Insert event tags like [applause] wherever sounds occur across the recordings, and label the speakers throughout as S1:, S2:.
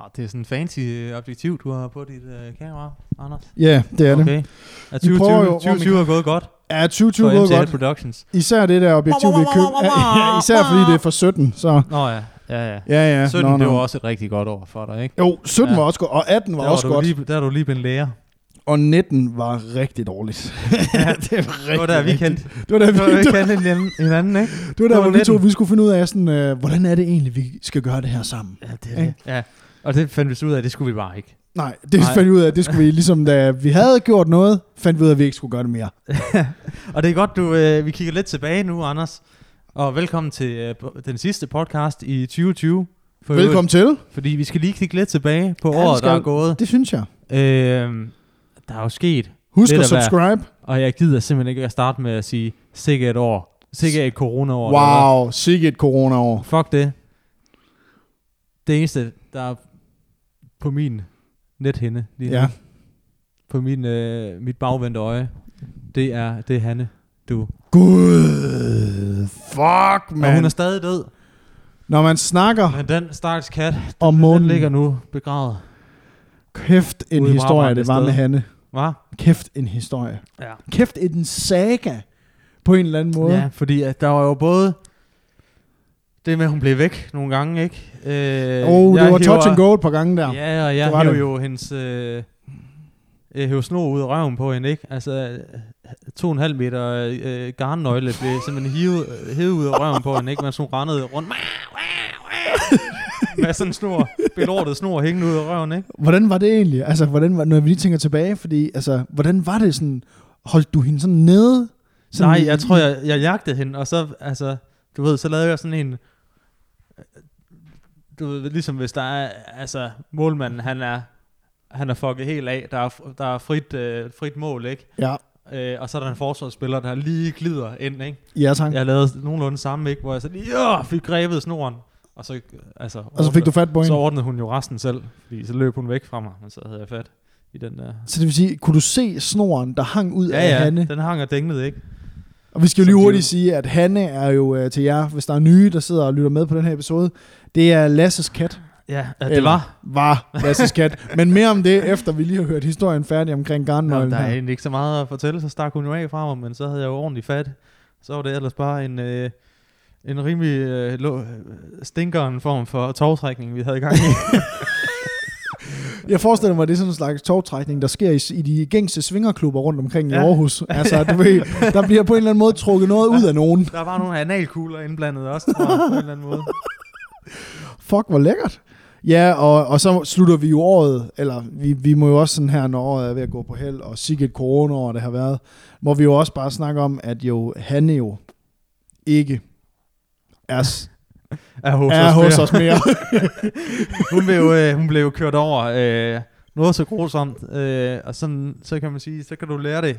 S1: Oh, det er sådan en fancy øh, objektiv, du har på dit øh, kamera, Anders.
S2: Ja, det er okay. det.
S1: Ja,
S2: Vi
S1: 2020,
S2: prøver jo, hvor
S1: 2020
S2: vi
S1: har gået godt
S2: Ja, 2020
S1: for
S2: gået
S1: MTL
S2: godt.
S1: Productions.
S2: Især det der objektiv, vi købte. Ja, især fordi det er fra 17, så...
S1: Nå ja, ja, ja.
S2: Ja, ja.
S1: 17,
S2: nå,
S1: det
S2: nå.
S1: var også et rigtig godt år for dig, ikke?
S2: Jo, 17
S1: Ja.
S2: var også godt, og 18 var,
S1: der,
S2: også
S1: var
S2: godt,
S1: du lige, der er du lige blevet
S2: [laughs]
S1: lærer.
S2: og 19 var rigtig dårligt. [laughs]
S1: Ja,
S2: det var rigtig
S1: Det var der, vi
S2: rigtig-
S1: kendte.
S2: Det var der,
S1: Det var der,
S2: vi,
S1: vi kendte
S2: [laughs]
S1: hinanden- hinanden, ikke?
S2: det var der
S1: Det var
S2: hvor vi to
S1: 19.
S2: vi skulle finde ud af, sådan, øh, hvordan er det egentlig, vi skal gøre det her sammen.
S1: Ja, det
S2: er det.
S1: Ja, og det fandt vi så ud af, at det skulle vi bare ikke.
S2: Nej, det
S1: Nej.
S2: fandt vi ud af, det skulle vi ligesom, da vi havde gjort noget, fandt vi ud af, at vi ikke skulle gøre det mere.
S1: Og det er godt, du, øh, vi kigger lidt tilbage nu, Anders. Og velkommen til øh, po- den sidste podcast i 2020. For øvrigt.
S2: Velkommen til.
S1: Fordi vi skal lige kigge lidt tilbage på
S2: Ja,
S1: ja,
S2: vi
S1: året,
S2: skal
S1: der er
S2: jo-
S1: gået.
S2: Det synes jeg.
S1: Øh, der er jo sket,
S2: Husk
S1: Lidt af
S2: at
S1: hver.
S2: subscribe.
S1: og jeg gider simpelthen ikke at starte med at sige, sikke et år, sikke et coronaår. der var.
S2: Wow, sikkert et corona-år.
S1: Fuck det. Det eneste, der er på min nethinde lige nu,
S2: Ja.
S1: på min, øh, mit bagvendte øje, det er, det er Hanne. Du.
S2: Gud, fuck,
S1: Men. Og hun er
S2: man.
S1: stadig død.
S2: Når man snakker
S1: Men den stakkels kat,
S2: om
S1: den
S2: månen,
S1: ligger nu begravet.
S2: kæft en
S1: ude i
S2: historie,
S1: Brabrand
S2: det
S1: et
S2: var
S1: sted.
S2: med Hanne.
S1: Hva?
S2: Kæft en historie.
S1: Ja.
S2: Kæft en saga på en eller anden måde.
S1: Ja, fordi at der var jo både det med, at hun blev væk nogle gange, ikke? Øh,
S2: Oh, det
S1: jeg
S2: var
S1: hiver-
S2: touch and go et par gange der.
S1: Ja, [laughs] og jeg
S2: Det var
S1: hævde
S2: det.
S1: jo hendes... Øh, jeg hævde snor ud af røven på hende, ikke? Altså, øh, to og en halv meter øh, garnnøgle blev simpelthen hivet, øh, hævet ud af røven på hende, ikke? Mens hun rendede rundt. Med sådan en snor, belortet snor hængende ud af røven, ikke?
S2: Hvordan var det egentlig? Altså, hvordan var, når vi lige tænker tilbage, fordi, altså, hvordan var det sådan, holdt du hende sådan nede? Sådan
S1: Nej, jeg tror, jeg, jeg jagtede hende, og så, altså, du ved, så lavede jeg sådan en, øh, du ved, ligesom hvis der er, altså, målmanden, han er, han er fucket helt af, der er, fr- der er frit, øh, frit mål, ikke?
S2: Ja,
S1: Øh, og så er der en forsvarsspiller, der lige glider ind, ikke?
S2: ja tak. Ja.
S1: Jeg lavede nogenlunde samme, ikke? Hvor jeg så lige, "Åh!" fik grebet snoren, og så, øh, altså,
S2: Og så fik du fat på
S1: så
S2: hende. Så,
S1: ordnede hun jo resten selv, fordi så løb hun væk fra mig, men så havde jeg fat i den der...
S2: så det vil sige, kunne du se snoren, der hang ud
S1: Ja,
S2: af
S1: ja,
S2: Hanne?
S1: den hang og dænglede, ikke?
S2: Og vi skal jo
S1: Som
S2: lige
S1: de
S2: hurtigt
S1: jo-
S2: sige, at Hanne er jo øh, til jer, hvis der er nye, der sidder og lytter med på den her episode. Det er Lasses kat.
S1: Ja, at det
S2: Eller
S1: var.
S2: Var Lasses kat. Men mere om det, efter vi lige har hørt historien færdig omkring
S1: Nå,
S2: garnnøglen.
S1: der er
S2: her.
S1: egentlig ikke så meget at fortælle, så stak hun jo af fra mig, men så havde jeg jo ordentligt fat. Så var det ellers bare en, øh, en rimelig øh, lo- øh, stinkeren form for tovtrækning, vi havde i gang
S2: [laughs]
S1: i.
S2: Jeg forestiller mig, at det er sådan en slags togtrækning, der sker i, i de gængse svingerklubber rundt omkring ja.
S1: Ja.
S2: i Aarhus. Altså, du ved, der bliver på en eller anden måde trukket noget ud af nogen.
S1: der var nogle analkugler indblandet også, tror jeg, på en eller anden
S2: [laughs]
S1: måde.
S2: Fuck, hvor lækkert. Ja, og, og så slutter vi jo året, eller vi, vi må jo også sådan her, når året er ved at gå på held, og sikkert et coronaår, det har været, må vi jo også bare snakke om, at jo, han jo ikke er, s-
S1: Er hos,
S2: er hos os mere.
S1: [laughs] hun, blev, øh, hun blev jo kørt over øh, noget så grusomt, øh, og sådan, så kan man sige, så kan du lære det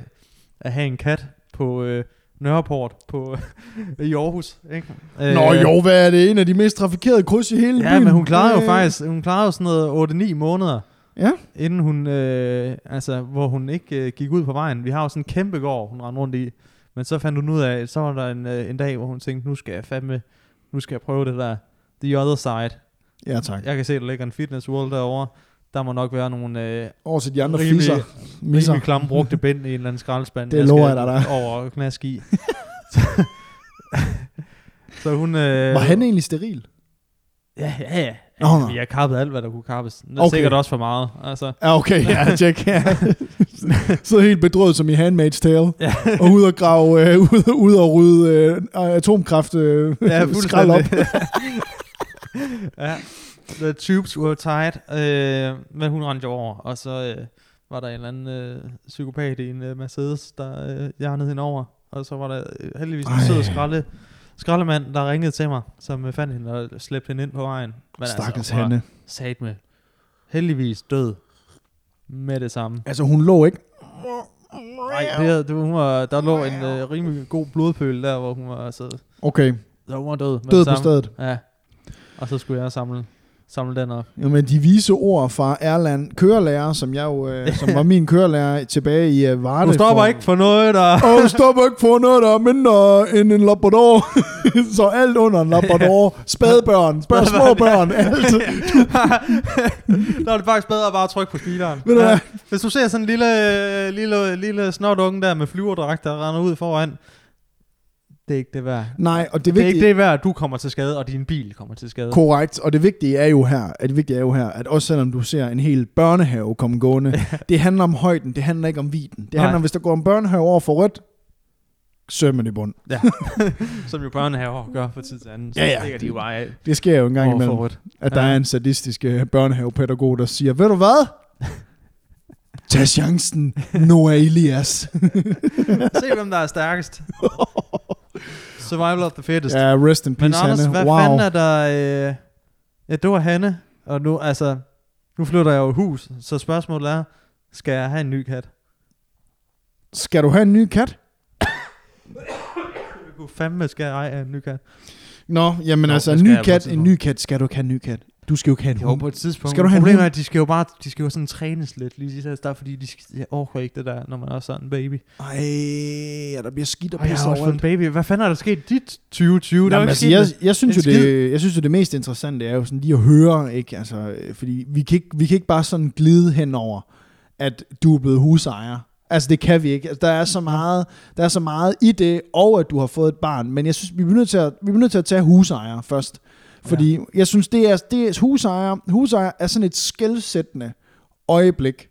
S1: at have en kat på øh, Nørreport på, [laughs] i Aarhus. Ikke?
S2: Nå jo, hvad er det? En af de mest trafikerede kryds i hele
S1: Øh. Ja,
S2: byen.
S1: men hun klarede jo
S2: Øh,
S1: faktisk, hun klarede jo sådan noget 8-9 måneder,
S2: Ja.
S1: inden hun, øh, altså, hvor hun ikke øh, gik ud på vejen. Vi har jo sådan en kæmpe gård, hun rendte rundt i, men så fandt hun ud af, så var der en, øh, en dag, hvor hun tænkte, nu skal jeg fandme, nu skal jeg prøve det der, the other side.
S2: Ja, tak.
S1: Jeg kan se, der ligger en fitness world derovre, der må nok være nogle øh,
S2: Over til de andre
S1: Rimelig-
S2: fisser. Misser.
S1: rimelig klamme
S2: [laughs]
S1: brugte bind i en eller anden skraldespand.
S2: Det
S1: skal
S2: lover jeg dig, der er.
S1: Over og knask i. [laughs] så hun... Øh,
S2: Var han egentlig steril?
S1: Ja, ja, ja.
S2: Nå,
S1: Oh,
S2: nå.
S1: jeg kappede alt, hvad der kunne kappes. Det er
S2: Okay.
S1: okay. sikkert også for meget. Altså.
S2: Ja, okay, [laughs]
S1: [laughs]
S2: ja, tjek. Ja. Sidder helt bedrøvet som i Handmaid's Tale,
S1: Ja,
S2: og ud og grave, øh, [laughs] ud, ud og rydde øh, atomkraft [laughs] øh,
S1: [laughs] ja
S2: skrald op.
S1: fuldstændig. [laughs] ja. The tubes were tight. Øh, men hun rendte jo over, og så øh, var der en eller anden øh, psykopat i en øh, Mercedes, der øh, hjernede hende over. Og så var der øh, heldigvis
S2: Ej.
S1: en sød skralde, skraldemand, der ringede til mig, som øh, fandt hende og slæbte hende ind på vejen. Men altså,
S2: Stakkels
S1: hun var
S2: Hanne.
S1: Sat med. Heldigvis død med det samme.
S2: Altså, hun lå ikke.
S1: Nej, det, havde- det, var- hun var, der lå en øh, rimelig god blodpøl der, hvor hun var, så,
S2: Okay,
S1: så hun var død. med
S2: død
S1: det
S2: på
S1: samme.
S2: stedet.
S1: Ja. Og så skulle jeg samle samle den op.
S2: Jamen, de vise ord fra Erland, kørelærer, som jeg jo, øh, som var min kørelærer tilbage i øh, Varde.
S1: Du stopper
S2: for-
S1: ikke for noget, der...
S2: Og du stopper ikke for noget, der er mindre end en labrador. [laughs] så alt under en labrador.
S1: [laughs]
S2: Spædbørn, spørg små børn, alt.
S1: der er det faktisk bedre at bare trykke på speederen.
S2: Ved du hvad?
S1: Hvis du ser sådan en lille, øh, lille, lille snotunge der med flyverdragt, der render ud foran, det er ikke det værd.
S2: Nej, og det
S1: Det er
S2: vigtige,
S1: ikke det værd, at du kommer til skade, og din bil kommer til skade.
S2: Korrekt, og det vigtige er jo her, at det vigtige er jo her, at også selvom du ser en hel børnehave komme gående, det handler om højden, det handler ikke om viden. Det
S1: Nej.
S2: handler om, hvis der går en børnehave over for rødt, sømmen i bund.
S1: Ja. [laughs] Som jo børnehaver gør fra tid til anden. Så
S2: Ja, ja.
S1: stikker de jo bare af.
S2: Det sker jo en gang
S1: Overfor
S2: imellem,
S1: rødt.
S2: at der
S1: Ja.
S2: er en sadistisk øh, børnehavepædagog, der siger, ved du hvad? Tag chancen, Noah
S1: [laughs]
S2: Elias.
S1: Se, hvem der er stærkest. Survival of the fittest.
S2: ja, rest in
S1: Men
S2: peace,
S1: Anders,
S2: Hanne.
S1: hvad
S2: Wow.
S1: fanden er der... Øh... Ja, det var Hanne, og nu, altså, nu flytter jeg jo hus, så spørgsmålet er, skal jeg have en ny kat?
S2: Skal du have en ny kat?
S1: Jeg kunne fandme, skal jeg ej have en ny kat?
S2: Nå, jamen
S1: Nå,
S2: Nå, altså,
S1: det
S2: en
S1: skal
S2: ny
S1: jeg på et
S2: kat, en
S1: tidspunkt.
S2: ny kat, skal du ikke have en ny kat? Du skal jo ikke have en
S1: Jo,
S2: hund.
S1: på et tidspunkt.
S2: Skal du have en
S1: Problemet
S2: hund?
S1: er, at de skal jo bare de skal jo sådan trænes lidt, lige så der, fordi de skal, jeg overgår ikke det der, når man er sådan en baby.
S2: Ej, og der bliver skidt og
S1: Og jeg
S2: pisse
S1: har også fået en
S2: overalt.
S1: baby. Hvad fanden er der sket i dit 2020? Der er jo
S2: Jamen,
S1: ikke
S2: altså,
S1: sket
S2: jeg,
S1: noget.
S2: jeg, synes jo,
S1: en
S2: det, jeg synes jo, det mest interessante er jo sådan lige at høre, ikke? Altså, øh, fordi vi kan ikke, vi kan ikke bare sådan glide henover, at du er blevet husejer. Altså, det kan vi ikke. Altså, der, er så meget, der er så meget i det, og at du har fået et barn. Men jeg synes, vi bliver nødt til at, vi bliver nødt til at tage husejer først. Fordi ja. jeg synes, det er, det er husejer, husejer er sådan et skældsættende øjeblik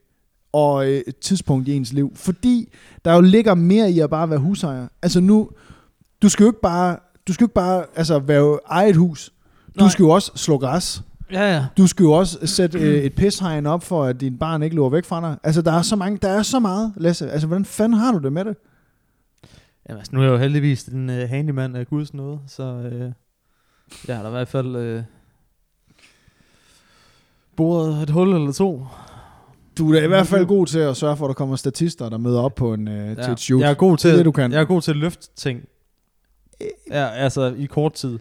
S2: og øh, tidspunkt i ens liv. Fordi der jo ligger mere i at bare være husejer. Altså nu, du skal jo ikke bare, du skal jo ikke bare altså, være eje et hus. Du
S1: Nej.
S2: skal jo også slå græs.
S1: Ja, ja.
S2: Du skal jo også sætte øh, et pishegn op for, at din barn ikke løber væk fra dig. Altså, der er så, mange, der er så meget, Lasse. Altså, hvordan fanden har du det med det?
S1: Jamen, altså, nu er jeg jo heldigvis en uh, handyman af guds nåde, så uh, jeg har da i hvert fald uh, boret et hul eller to.
S2: Du er da i hvert fald
S1: Mm-hmm.
S2: god til at sørge for, at der kommer statister, der møder op på en, øh, ja. til et shoot.
S1: Jeg er god til,
S2: Det er det, du kan.
S1: Jeg er god til at løfte ting. Ja, altså i kort tid.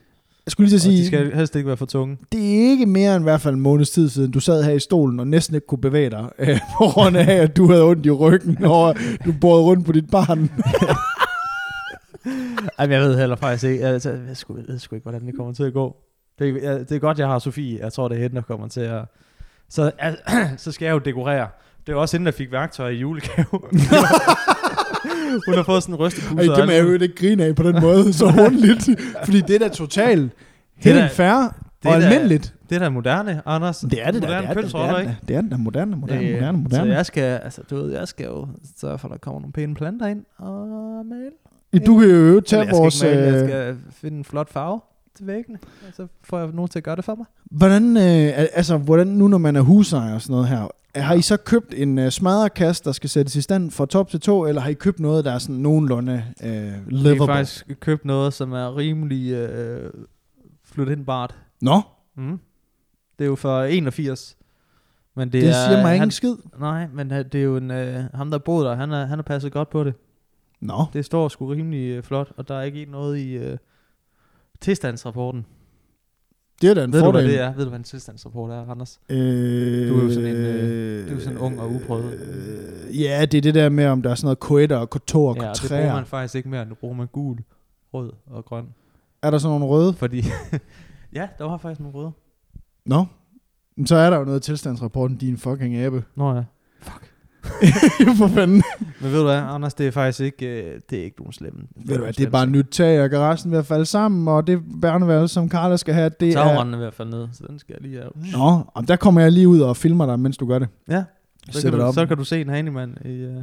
S2: Jeg skulle lige
S1: Og
S2: til at
S1: de
S2: sige,
S1: skal helst ikke være for tunge.
S2: det er ikke mere end i hvert fald en måneds tid siden, du sad her i stolen og næsten ikke kunne bevæge dig, [laughs] øh, på grund af, at du havde ondt i ryggen, og du borede rundt på dit barn.
S1: Jamen, jeg ved heller faktisk ikke. Altså, jeg, ved sgu, jeg ved sgu ikke, hvordan det kommer til at gå. Det, er- jeg, det er godt, jeg har Sofie. Jeg tror, det er hende, der kommer til at... Så, al, [clears throat] så skal jeg jo dekorere. Det var også hende, der fik værktøj i julegave.
S2: [laughs]
S1: Hun har fået sådan en rystepuse.
S2: Ej,
S1: og
S2: det må
S1: alt
S2: jeg jo ikke grine af på den
S1: [laughs]
S2: måde, så ordentligt. Fordi det er da totalt helt
S1: da-
S2: fair
S1: det er
S2: og
S1: da-
S2: almindeligt.
S1: Det er da moderne, Anders. Moderne
S2: det, det, er
S1: kønsroller,
S2: det,
S1: ikke?
S2: da. det er det da moderne, moderne,
S1: Øh,
S2: moderne, moderne.
S1: Så jeg skal, altså, du ved, jeg skal jo sørge for, at der kommer nogle pæne planter ind og male.
S2: Du kan jo i øvrigt
S1: Eller
S2: tage vores...
S1: Jeg skal, ikke male, jeg
S2: Øh,
S1: skal finde en flot farve til væggene, og så får jeg nogen til at gøre det for mig.
S2: hvordan, øh, al- altså, hvordan nu, når man er husejer og sådan noget her, har I så købt en øh, smadrekasse, der skal sættes i stand fra top til tå, eller har I købt noget, der er sådan nogenlunde øh,
S1: Jeg har
S2: livable? Faktisk...
S1: faktisk købt noget, som er rimelig øh, flytindbart.
S2: Nå,
S1: Mm. Det er jo for 81. Men det,
S2: det, det
S1: er,
S2: siger mig ingen
S1: han,
S2: skid.
S1: Nej, men han- det er jo en, øh, ham, der boede der, han har han er passet godt på det.
S2: Nå,
S1: Det står sgu rimelig øh, flot, og der er ikke noget i øh, tilstandsrapporten.
S2: det er da en
S1: Ved du,
S2: fordel.
S1: hvad det er? Ved du, hvad en tilstandsrapport er, Anders?
S2: Øh,
S1: Du er jo sådan en, øh, du er jo sådan ung og uprøvet.
S2: Øh, ja, det er det der med, om der er sådan noget koetter og kotor og
S1: ja, og det
S2: kotræer.
S1: bruger man faktisk ikke mere, end det bruger man gul, rød og grøn.
S2: Er der sådan nogle røde?
S1: Fordi, [laughs] ja, der var faktisk nogle røde.
S2: Nå. Men så er der jo noget i tilstandsrapporten, din fucking abe. [laughs]
S1: Nå ja.
S2: For fanden.
S1: Men ved du hvad, Anders, det er faktisk ikke, øh, det er ikke nogen slemme.
S2: Ved du hvad, det er bare nyt tag, og garagen er ved at falde sammen, og det børneværelse, som Carla skal have, det er... Mm.
S1: Tagrenden er i hvert fald nede, så den skal jeg lige have.
S2: Nå, om der kommer jeg lige ud og filmer dig, mens du gør det.
S1: Ja, så
S2: Sætter
S1: kan,
S2: dig
S1: du,
S2: op.
S1: så kan du se en handyman i... Uh,
S2: Det gad jeg
S1: In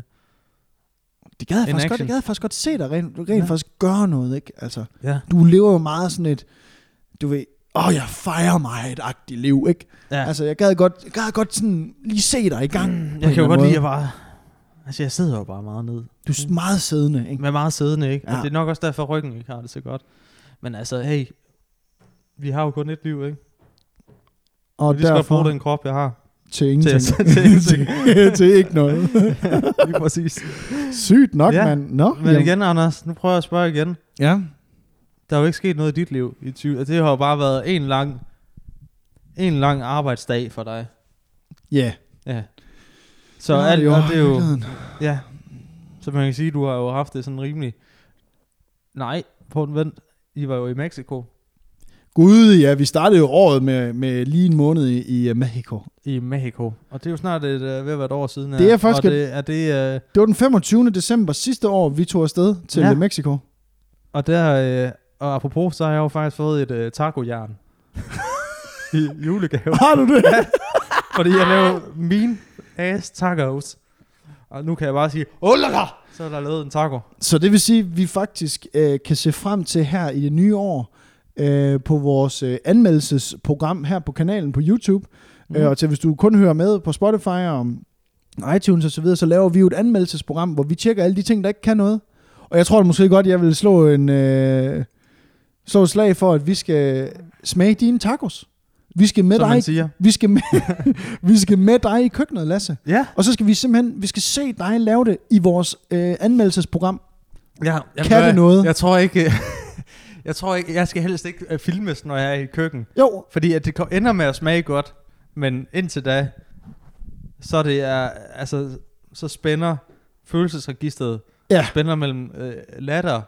S2: faktisk godt,
S1: action.
S2: det gad jeg faktisk godt se dig rent, rent
S1: Ja.
S2: ja. faktisk gøre noget, ikke? Altså,
S1: ja.
S2: du lever jo meget sådan et, du ved, åh, oh, jeg fejrer mig et agtigt liv, ikke?
S1: ja.
S2: Ja.
S1: Altså,
S2: Altså, jeg gad godt, jeg gad godt sådan lige se dig i gang. Mm,
S1: jeg Mm. kan jo godt lide at bare... Altså, jeg sidder jo bare meget ned.
S2: Du er s- meget siddende, ikke?
S1: Med meget siddende, ikke? Ja.
S2: Ja.
S1: Og det er nok også derfor, ryggen ikke har det så godt. Men altså, hey, vi har jo kun et liv, ikke?
S2: Og
S1: Og vi skal godt bruge
S2: derfor
S1: den krop, jeg har.
S2: [laughs] til ingenting.
S1: til- til ingenting.
S2: [laughs] til, til ikke
S1: [laughs]
S2: noget.
S1: Lige præcis.
S2: Sygt nok,
S1: Ja.
S2: ja. mand. Nå,
S1: Men igen, Anders, nu prøver jeg at spørge igen.
S2: Ja.
S1: altså, Der er jo ikke sket noget i dit liv i 20. og Det har jo bare været en lang en lang arbejdsdag for dig.
S2: Ja.
S1: Ja. Så
S2: Nå,
S1: alt
S2: jo
S1: det, det er jo...
S2: virkeligheden.
S1: Ja. Så man kan sige, du har jo haft det sådan rimelig... Nej, på den vent. I var jo i Mexico.
S2: Gud, ja, vi startede jo året med, med lige en måned i, i øh, Mexico.
S1: I Mexico. Og det er jo snart et, øh, ved at være et år siden.
S2: Det er
S1: ja.
S2: faktisk
S1: Og det, er det, øh,
S2: Det var den 25. december sidste år, vi tog afsted til
S1: Ja.
S2: ja. Mexico.
S1: og der... Øh, og apropos, så har jeg jo faktisk fået et øh, taco-jern. [laughs] I julegave.
S2: Har du det?
S1: Fordi jeg laver min ass tacos. Og nu kan jeg bare sige, oh la la! Så er der lavet en taco.
S2: Så det vil sige, at vi faktisk øh, kan se frem til her i det nye år øh, på vores øh, anmeldelsesprogram her på kanalen på YouTube.
S1: Mhm.
S2: Mm. Øh, og til hvis du kun hører med på Spotify og iTunes osv., så, videre, så laver vi jo et anmeldelsesprogram, hvor vi tjekker alle de ting, der ikke kan noget. Og jeg tror da måske godt, jeg vil slå en øh, slå et slag for, at vi skal smage dine tacos. Vi skal med
S1: som
S2: dig
S1: man siger.
S2: vi skal, med,
S1: [laughs]
S2: vi skal med dig i køkkenet, Lasse.
S1: Ja,
S2: Og så skal vi simpelthen vi skal se dig lave det i vores øh, anmeldelsesprogram.
S1: ja jeg,
S2: Kan det noget?
S1: Jeg tror ikke... [laughs] jeg tror ikke, jeg skal helst ikke øh, filmes, når jeg er i køkken.
S2: Jo,
S1: Fordi at det ko- ender med at smage godt, men indtil da, så det er, altså, så spænder følelsesregisteret,
S2: Ja.
S1: spænder mellem øh, latter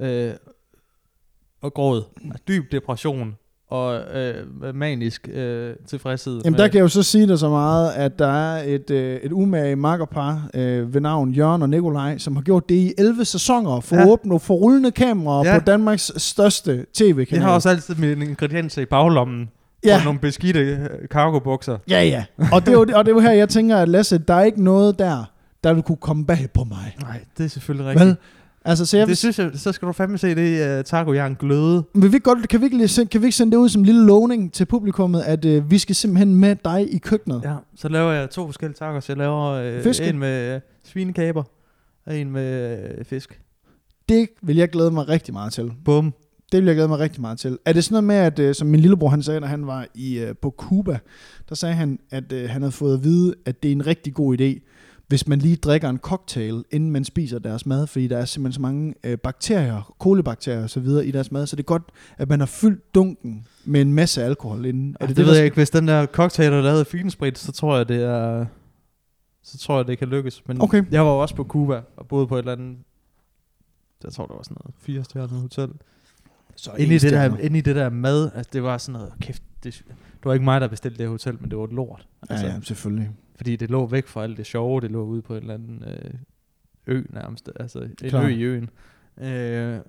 S1: øh, og gråd, altså, dyb depression og øh, manisk øh, tilfredshed.
S2: Jamen
S1: med-
S2: der kan jeg jo så sige dig så meget, at der er et, øh, et umage makkerpar øh, ved navn Jørgen og Nikolaj, som har gjort det i 11 sæsoner for
S1: Ja.
S2: ja. åbne for rullende kameraer
S1: Ja.
S2: ja. på Danmarks største tv-kanal.
S1: jeg har også altid mine ingredienser i baglommen, ja.
S2: Ja.
S1: og nogle beskidte øh, cargobukser.
S2: Ja, ja. Og det, er jo, og det er jo her, jeg tænker, at Lasse, der er ikke noget der, der vil kunne komme bag på mig.
S1: Nej, det er selvfølgelig rigtigt.
S2: Vel? Altså, så jeg,
S1: Det synes jeg, så skal du fandme se det uh, taco, jeg er en gløde.
S2: Men vil vi godt, kan, vi ikke lige sende, kan vi ikke sende det ud som en lille lovning til publikummet, at øh, vi skal simpelthen med dig i køkkenet? Ja.
S1: Ja, så laver jeg to forskellige tacos. Jeg laver øh,
S2: Fiske.
S1: en med øh, svinekaber og en med øh, fisk.
S2: Det vil jeg glæde mig rigtig meget til.
S1: Bum.
S2: Det vil jeg glæde mig rigtig meget til. Er det sådan noget med, at øh, som min lillebror han sagde, da han var i, øh, på Cuba, der sagde han, at øh, han havde fået at vide, at det er en rigtig god idé, hvis man lige drikker en cocktail, inden man spiser deres mad, fordi der er simpelthen så mange øh, bakterier, kolibakterier osv. i deres mad, så det er godt, at man har fyldt dunken med en masse alkohol inden.
S1: Ja,
S2: Er
S1: det,
S2: der
S1: det ved jeg
S2: sk-
S1: ikke. Hvis den der cocktail er lavet af finsprit, så tror jeg, det er... Så tror jeg, det kan lykkes. Men
S2: Okay.
S1: jeg var jo også på Cuba og boede på et eller andet... Jeg tror, det var sådan noget fire stjerner hotel.
S2: Så
S1: Inde i, det der,
S2: enstjerner.
S1: inde i det der mad, altså, det var sådan noget... Kæft, det, det var ikke mig, der bestilte det hotel, men det var et lort. Altså,
S2: Ja, ja, selvfølgelig.
S1: Fordi det lå væk fra alt det sjove, det lå ude på en eller anden øh, ø nærmest, altså en
S2: Klar.
S1: ø i øen. Øh,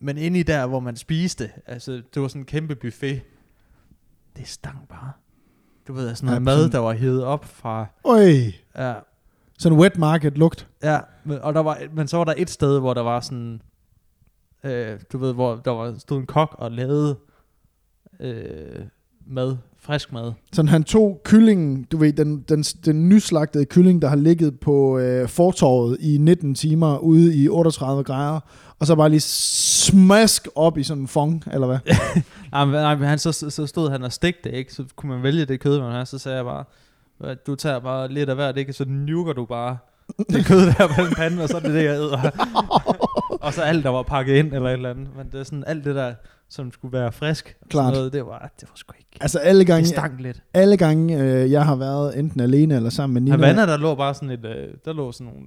S1: men inde i der, hvor man spiste, altså det var sådan en kæmpe buffet, det stank bare. Du ved, sådan noget
S2: Ja,
S1: mad,
S2: sådan-
S1: der var hævet op fra,
S2: Øj!
S1: ja,
S2: Sådan wet market lugt.
S1: ja men, og der var, men så var der et sted, hvor der var sådan, øh, du ved, hvor der var, stod en kok og lavede øh, mad, frisk mad.
S2: Sådan han tog kyllingen, du ved, den, den, den nyslagtede kylling, der har ligget på øh, fortorvet i 19 timer ude i 38 grader, og så bare lige smask op i sådan en fong, eller hvad?
S1: Nej, Ah, men, nej, men han, så, så stod han og stegte det, ikke? Så kunne man vælge det kød, man har. Så sagde jeg bare, "Hvad, du tager bare lidt af hvert, ikke? Så nuker du bare det kød der på den pande, og så er det det, jeg æder. og så alt, der var pakket ind eller et eller andet. Men det er sådan alt det der, som skulle være frisk. og sådan
S2: Klart.
S1: Noget, det, var, det var sgu ikke.
S2: [laughs] Altså alle
S1: Det
S2: gange,
S1: stank lidt.
S2: alle gange øh, jeg har været enten alene eller sammen med Nina.
S1: Havana, der lå bare sådan et, øh, der lå sådan nogle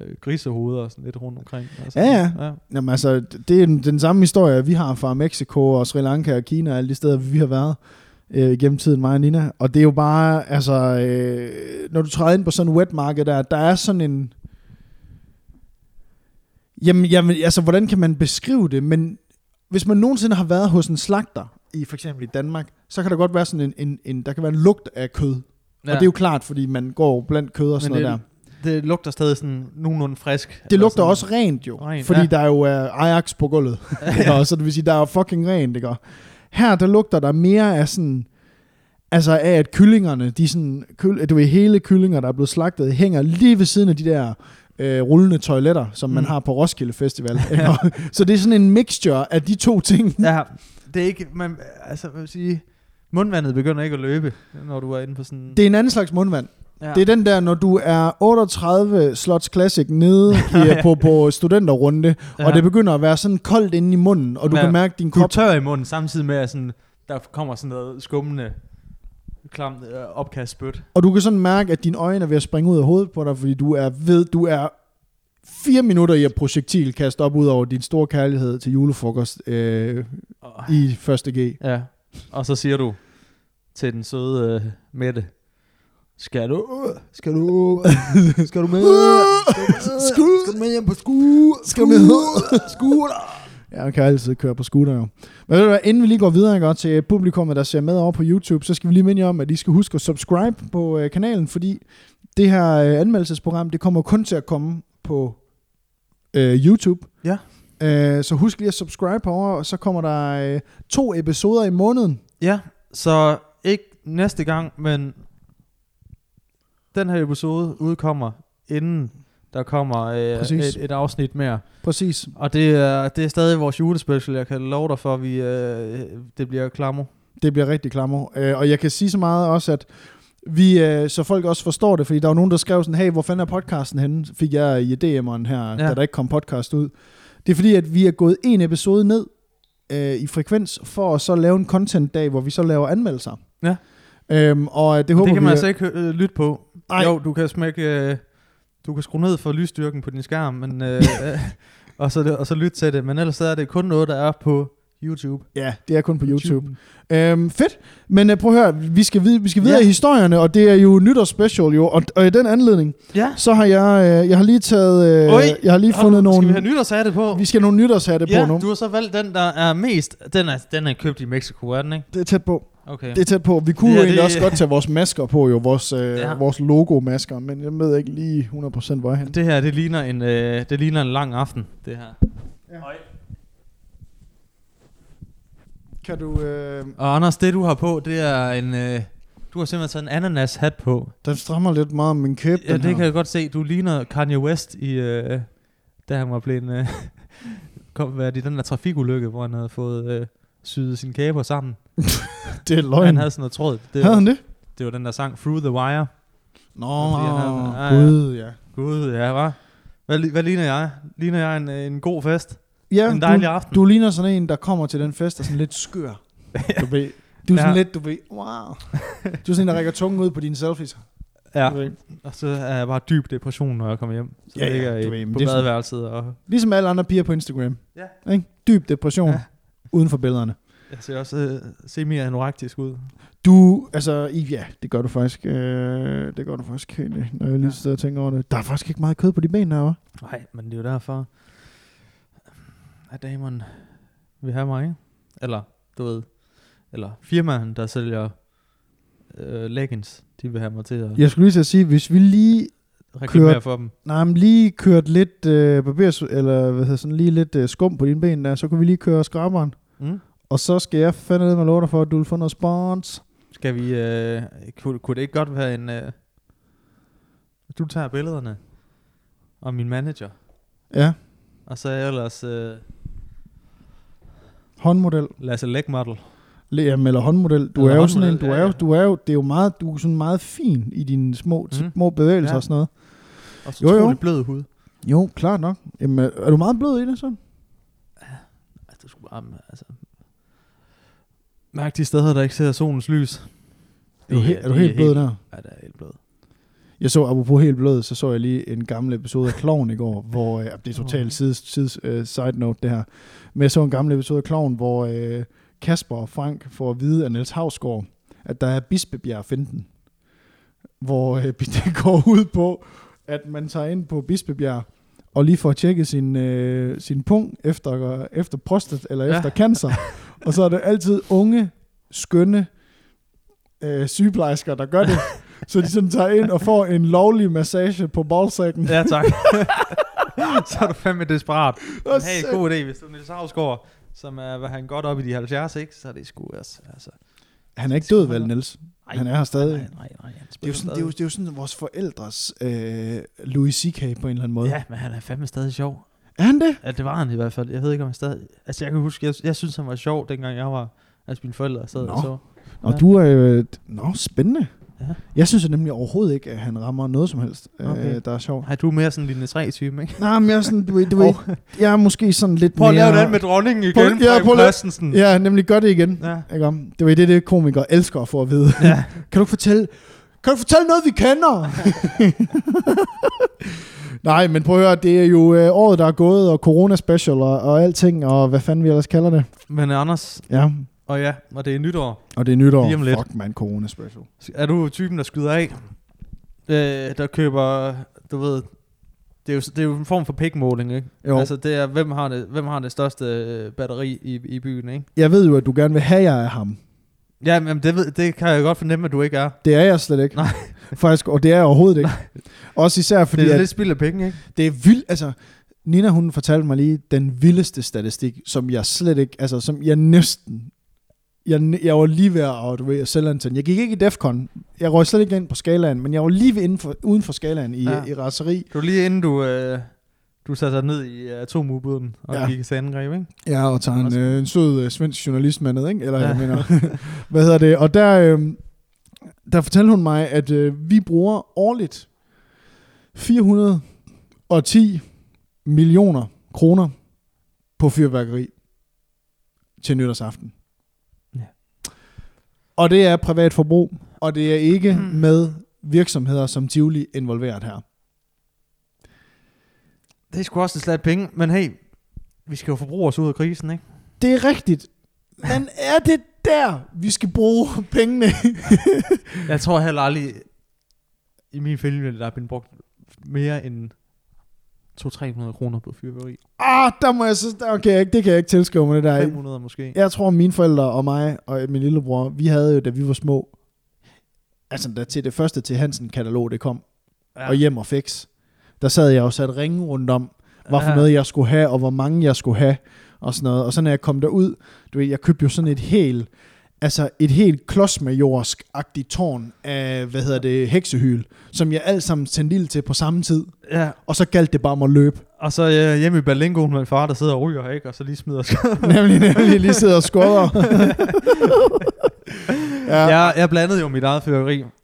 S1: øh, øh, grisehoveder sådan lidt rundt omkring. Og sådan,
S2: Ja,
S1: ja.
S2: Jamen altså, det er den, den samme historie, vi har fra Mexico og Sri Lanka og Kina og alle de steder, vi har været øh, gennem tiden, mig og Nina. Og det er jo bare, altså, øh, når du træder ind på sådan en wet market der, der er sådan en... Jamen, jamen, altså, hvordan kan man beskrive det? Men hvis man nogensinde har været hos en slagter, i for eksempel i Danmark, så kan der godt være sådan en, en, en der kan være en lugt af kød. Ja. Og det er jo klart, fordi man går blandt kød og sådan
S1: Men
S2: noget der.
S1: Det lugter stadig sådan nogenlunde frisk.
S2: Det
S1: eller
S2: lugter
S1: sådan.
S2: også rent jo,
S1: Rent,
S2: rent, fordi
S1: ja.
S2: ja. der er jo er Ajax
S1: [laughs]
S2: på gulvet. ja. Så det vil sige, der er fucking rent, ikke? Og Her, der lugter der mere af sådan... Altså af, at kyllingerne, de sådan, kyl, du ved, hele kyllinger, der er blevet slagtet, hænger lige ved siden af de der øh, rullende toiletter, som mm. man
S1: Mm.
S2: har på Roskilde
S1: [laughs]
S2: Festival. ikke? Og- så det er sådan en mixture af de to ting.
S1: Ja, det er ikke, man, altså man vil sige, mundvandet begynder ikke at løbe, når du er inde på sådan...
S2: Det er en anden slags mundvand.
S1: ja.
S2: Ja. Det er den der, når du er 38 slots classic nede
S1: [laughs]
S2: i, på, på studenterrunde, ja. og det begynder at være sådan koldt inde i munden, og du
S1: Ja.
S2: ja. kan mærke, at din
S1: du er
S2: krop
S1: tør i munden, samtidig med at sådan, der kommer sådan noget skummende, klamt øh, opkastspyt.
S2: Og du kan sådan mærke, at dine øjne er ved at springe ud af hovedet på dig, fordi du er ved, du er fire minutter i at projektilkaste op ud over din store kærlighed til julefrokost øh,
S1: Og,
S2: i 1.G.
S1: ja. og så siger du til den søde øh, Mette, skal du, skal du, skal du med, skal du, skal du med hjem på skue,
S2: Skal du med?
S1: skuler.
S2: Ja, man kan altid køre på scooter jo. Men ved du hvad, inden vi lige går videre godt, til publikummet, der ser med over på YouTube, så skal vi lige minde jer om, at I skal huske at subscribe på øh, kanalen, fordi det her øh, anmeldelsesprogram, det kommer kun til at komme på øh, YouTube.
S1: Ja.
S2: Øh, så husk lige at subscribe herovre, og så kommer der øh, to episoder i måneden.
S1: Ja, så ikke næste gang, men den her episode udkommer inden der kommer øh,
S2: Præcis.
S1: et, et afsnit mere.
S2: Præcis.
S1: Og det er, det er stadig vores julespecial, jeg kan love dig for, at vi, øh, det bliver klammer.
S2: Det bliver rigtig klammer. Øh, og jeg kan sige så meget også, at vi, øh, så folk også forstår det, fordi der var nogen, der skrev sådan, hey, hvor fanden er podcasten henne? Fik jeg i DM'eren her, ja.
S1: Ja.
S2: da der ikke kom podcast ud. Det er fordi, at vi er gået en episode ned øh, i frekvens, for at så lave en content-dag, hvor vi så laver anmeldelser.
S1: Ja.
S2: Øhm, og øh, det håber
S1: Det kan
S2: vi,
S1: man altså ikke øh, lytte på.
S2: Ej.
S1: Jo, du kan smække... Øh, du kan skrue ned for lysstyrken på din skærm, men, øh,
S2: [laughs]
S1: øh, og, så, og så lytte til det. Men ellers så er det kun noget, der er på YouTube.
S2: Ja, det er kun på YouTube. Øhm, fedt, men øh, prøv at høre, vi skal, vid- vi skal videre
S1: Ja.
S2: i historierne, og det er jo nytårsspecial jo, og, og i den anledning,
S1: Ja.
S2: så har jeg, øh, jeg har lige taget, øh,
S1: Oj,
S2: jeg har lige fundet
S1: Åh,
S2: nogle...
S1: Skal vi have nytårshatte på?
S2: Vi skal have nogle nytårshatte
S1: ja,
S2: på nu.
S1: du har så valgt den, der er mest... Den er, den er købt i Mexico, er den ikke?
S2: Det er tæt på.
S1: Okay.
S2: Det er tæt på. Vi kunne
S1: Ja,
S2: ja,
S1: det-
S2: egentlig også godt tage vores masker på, jo vores, øh,
S1: Ja.
S2: ja. vores logo-masker, men jeg ved ikke lige 100% hvor er han.
S1: Det her, det ligner en, øh, det ligner en lang aften, det her.
S2: Kan du... Øh,
S1: Og Anders, det du har på, det er en... Øh, du har simpelthen taget en ananas hat på.
S2: den strammer lidt meget om min kæb,
S1: Ja,
S2: den
S1: det
S2: her.
S1: kan jeg godt se. Du ligner Kanye West i... Øh, da han var blevet... Øh, [laughs] kom, hvad er det, i den der trafikulykke, hvor han havde fået øh, syet sine kæber sammen.
S2: Det er
S1: Og
S2: løgn.
S1: han
S2: Havde,
S1: havde sådan noget tråd. Det,
S2: havde han det?
S1: det var den der sang Through the Wire.
S2: Nå,
S1: fordi han havde- ja, ja.
S2: gud, ja.
S1: Gud, ja, hva? Hvad, li- hvad ligner jeg? Ligner jeg en, øh, en god fest?
S2: Ja,
S1: en dejlig
S2: du,
S1: aften?
S2: du ligner sådan en, der kommer til den fest og sådan lidt
S1: [laughs]
S2: skør. Du ved, du er sådan
S1: Ja.
S2: lidt, du ved, wow. Du er sådan en, der rækker tungen ud på dine selfies.
S1: ja,
S2: Du ved.
S1: og så er jeg bare dyb depression, når jeg kommer hjem. Så
S2: Ja, ja,
S1: ligger
S2: du
S1: jeg
S2: ved,
S1: i,
S2: men
S1: på
S2: det er sådan-
S1: badeværelset, og
S2: Ligesom alle andre piger på Instagram.
S1: Ja.
S2: Ikke? Dyb depression
S1: Ja.
S2: ja. uden for billederne.
S1: jeg ser også øh, semi-anorektisk ud.
S2: Du, altså, i- ja, det gør du faktisk. Øh, det gør du faktisk helt, øh, når jeg lige
S1: Ja.
S2: sidder og tænker over det. Der er faktisk ikke meget kød på de ben her, hva'?
S1: Nej, men det er jo derfor, at damerne vil have mig. ikke? Eller, du ved, eller firmaen, der sælger øh, leggings, de vil have mig til at ja.
S2: Jeg skulle lige til at sige, hvis vi lige,
S1: reklamere
S2: kører-
S1: for dem.
S2: nej, men lige kørte lidt øh, barbers, eller hvad hedder sådan, lige lidt øh, skum på dine ben der, så kunne vi lige køre skraberen.
S1: Mm?
S2: Og så skal jeg fandme ned med lov dig for, at du vil få noget spons.
S1: Skal vi, øh, kunne, kunne det ikke godt være en, øh, du tager billederne, og min manager,
S2: Ja,
S1: og så er jeg ellers øh,
S2: håndmodel.
S1: Lasse Legmodel.
S2: Le- Jamen, eller håndmodel. Du
S1: Eller
S2: er jo sådan en,
S1: håndmodel,
S2: du
S1: ja,
S2: er jo,
S1: ja.
S2: du er jo, det er jo meget, du er sådan meget fin i dine små,
S1: Mhm.
S2: små bevægelser
S1: Ja.
S2: og sådan noget.
S1: Og så
S2: Jo, jo.
S1: utrolig blød hud.
S2: Jo, klart nok. Jamen, er du meget blød i det så?
S1: Altså, du skulle bare, altså, mærk de steder, der ikke ser solens lys.
S2: Er du,
S1: Det
S2: he- er du
S1: det
S2: helt blød der?
S1: Ja, det er helt blød.
S2: Jeg så, apropos helt blød, så så jeg lige en gammel episode af Kloven i går, hvor, øh, det er totalt side, side, øh, side note det her, men jeg så en gammel episode af Kloven, hvor øh, Kasper og Frank får at vide af Niels Havsgaard, at der er Bispebjerg finten, hvor øh, [laughs] det går ud på, at man tager ind på Bispebjerg, og lige får tjekket sin, øh, sin pung efter, efter prostat eller
S1: Ja.
S2: ja. efter cancer. og så er det altid unge, skønne øh, sygeplejersker, der [laughs] gør det. Så de sådan tager ind og får en lovlig massage på ballsacken.
S1: Ja,
S2: [laughs]
S1: tak. [laughs] så er du fandme desperat.
S2: Og
S1: Men hey, god idé, hvis du er Niels Havsgaard, som er, hvad han godt op i de 70, ikke? Så er det sgu også, altså.
S2: Han er ikke død, vel, Niels?
S1: Ej,
S2: Han er her stadig.
S1: Nej, nej, nej. Han
S2: Det er, jo sådan, det, er jo,
S1: stadig.
S2: det er jo sådan vores forældres øh, Louis C.K. på en eller anden måde.
S1: Ja, men han er fandme stadig sjov.
S2: Er han det?
S1: Ja, det var han i hvert fald. Jeg ved ikke, om han stadig... Altså, jeg kan huske, jeg, jeg synes, han var sjov, dengang jeg var... Altså, mine forældre sad
S2: Nå.
S1: og så.
S2: Og du er... Øh, nå, spændende.
S1: Ja.
S2: Jeg synes jo nemlig overhovedet ikke, at han rammer noget som helst, okay.
S1: Okay.
S2: øh, der er sjovt.
S1: Har du er mere sådan en linje 3-type, ikke?
S2: Nej, men jeg er, sådan, du, ved- du ved, jeg er måske sådan lidt
S1: Prøv at
S2: mere...
S1: lave den med dronningen igen,
S2: Prøv-
S1: prøv,
S2: ja,
S1: ja,
S2: prøv
S1: prøv
S2: at lave-
S1: Christensen.
S2: Ja, nemlig gør det igen.
S1: ja.
S2: Ikke om? Det var det, det komikere elsker at få at vide.
S1: ja.
S2: [laughs] Kan du ikke fortælle, kan du fortælle noget, vi kender? [laughs] Nej, men prøv at høre, det er jo øh, året, der er gået, og corona special og, og alting, og hvad fanden vi ellers kalder det.
S1: Men Anders,
S2: Ja,
S1: og ja, og det er nytår.
S2: og det er nytår.
S1: Lige om lidt.
S2: Fuck, man, corona special.
S1: Er du typen, der skyder af? Øh, der køber, du ved, det er jo, det er jo en form for pikmåling, ikke?
S2: Jo.
S1: Altså, det er, hvem har det, hvem har det største øh, batteri i, i byen, ikke?
S2: Jeg ved jo, at du gerne vil have, at jeg er ham.
S1: Ja, men det, ved, det kan jeg godt fornemme, at du ikke er.
S2: Det er jeg slet ikke.
S1: Nej.
S2: Faktisk, og det er jeg overhovedet ikke. Også især fordi,
S1: Fordi det er
S2: at
S1: lidt spild af penge, ikke?
S2: Det er vildt, altså... Nina, hun fortalte mig lige den vildeste statistik, som jeg slet ikke... Altså, som jeg næsten... Jeg, næ- jeg var lige ved at, du ved, at sælge den til. Jeg gik ikke i Defcon. Jeg røg slet ikke ind på skalaen, men jeg var lige ved inden for, uden for skalaen i, ja.
S1: Ja.
S2: i raseri.
S1: Du lige inden du, øh, du satte dig ned i atomubåden og
S2: Ja.
S1: ja. gik til angreb, ikke?
S2: Ja, og tager en,
S1: Også-
S2: øh, en sød øh, svensk journalist med ned, ikke? Eller ja.
S1: Ja.
S2: jeg mener, [laughs] hvad hedder det? Og der, øh, der fortalte hun mig, at øh, vi bruger årligt 410 millioner kroner på fyrværkeri til nytårsaften.
S1: Ja.
S2: Og det er privat forbrug, og det er ikke med virksomheder som Tivoli involveret her.
S1: Det er sgu også en slat penge, men hey, vi skal jo forbruge os ud af krisen, ikke?
S2: Det er rigtigt. Men er det der, vi skal bruge pengene?
S1: Jeg tror heller aldrig, i min familie, der er blevet brugt mere end 200-300 kroner på fyrværkeri.
S2: Ah, der må jeg så... Der, okay, ikke- det kan jeg ikke tilskrive mig, det der.
S1: 500 måske.
S2: Jeg tror, mine forældre og mig og min lillebror, vi havde jo, da vi var små, altså da til det første til Hansen-katalog, det kom, ja. og hjem og fix, der sad jeg og satte ringe rundt om, hvad for
S1: Ja.
S2: noget jeg skulle have, og hvor mange jeg skulle have, og sådan noget. Og så når jeg kom derud, du ved, jeg købte jo sådan et helt, altså et helt klodsmajorsk-agtigt tårn af, hvad hedder det, heksehyl, som jeg alt sammen tændte ild til på samme tid,
S1: ja.
S2: og så galt det bare om at løbe.
S1: Og så øh, hjemme i Berlingoen med en far, der sidder og ryger, ikke? Og så lige smider sig.
S2: [laughs] nemlig, nemlig lige sidder og
S1: [laughs]
S2: skubber. ja,
S1: Ja.
S2: ja,
S1: Jeg, jeg blandede jo mit eget fyrværkeri sammen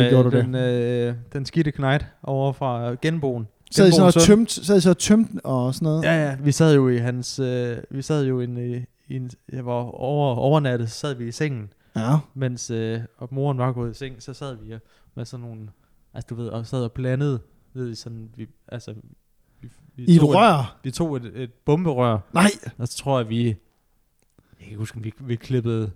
S2: selvfølgelig gjorde
S1: med
S2: du det.
S1: den, øh, den skidte knejt over fra øh, genboen.
S2: Sad I
S1: Genboens
S2: sådan og
S1: søn.
S2: tømt, sad I så og tømt og sådan noget?
S1: Ja, ja, vi sad jo i hans, øh, vi sad jo en, øh, i en jeg var over, overnattet, så sad vi i sengen,
S2: ja.
S1: mens øh, og moren var gået i seng, så sad vi øh, med sådan nogle, altså du ved, og sad og blandede, ved I, sådan, vi, altså, vi, vi
S2: I et
S1: tog
S2: rør?
S1: vi tog et, et bomberør,
S2: Nej.
S1: og så tror jeg, vi, jeg kan ikke huske, om vi, vi klippede,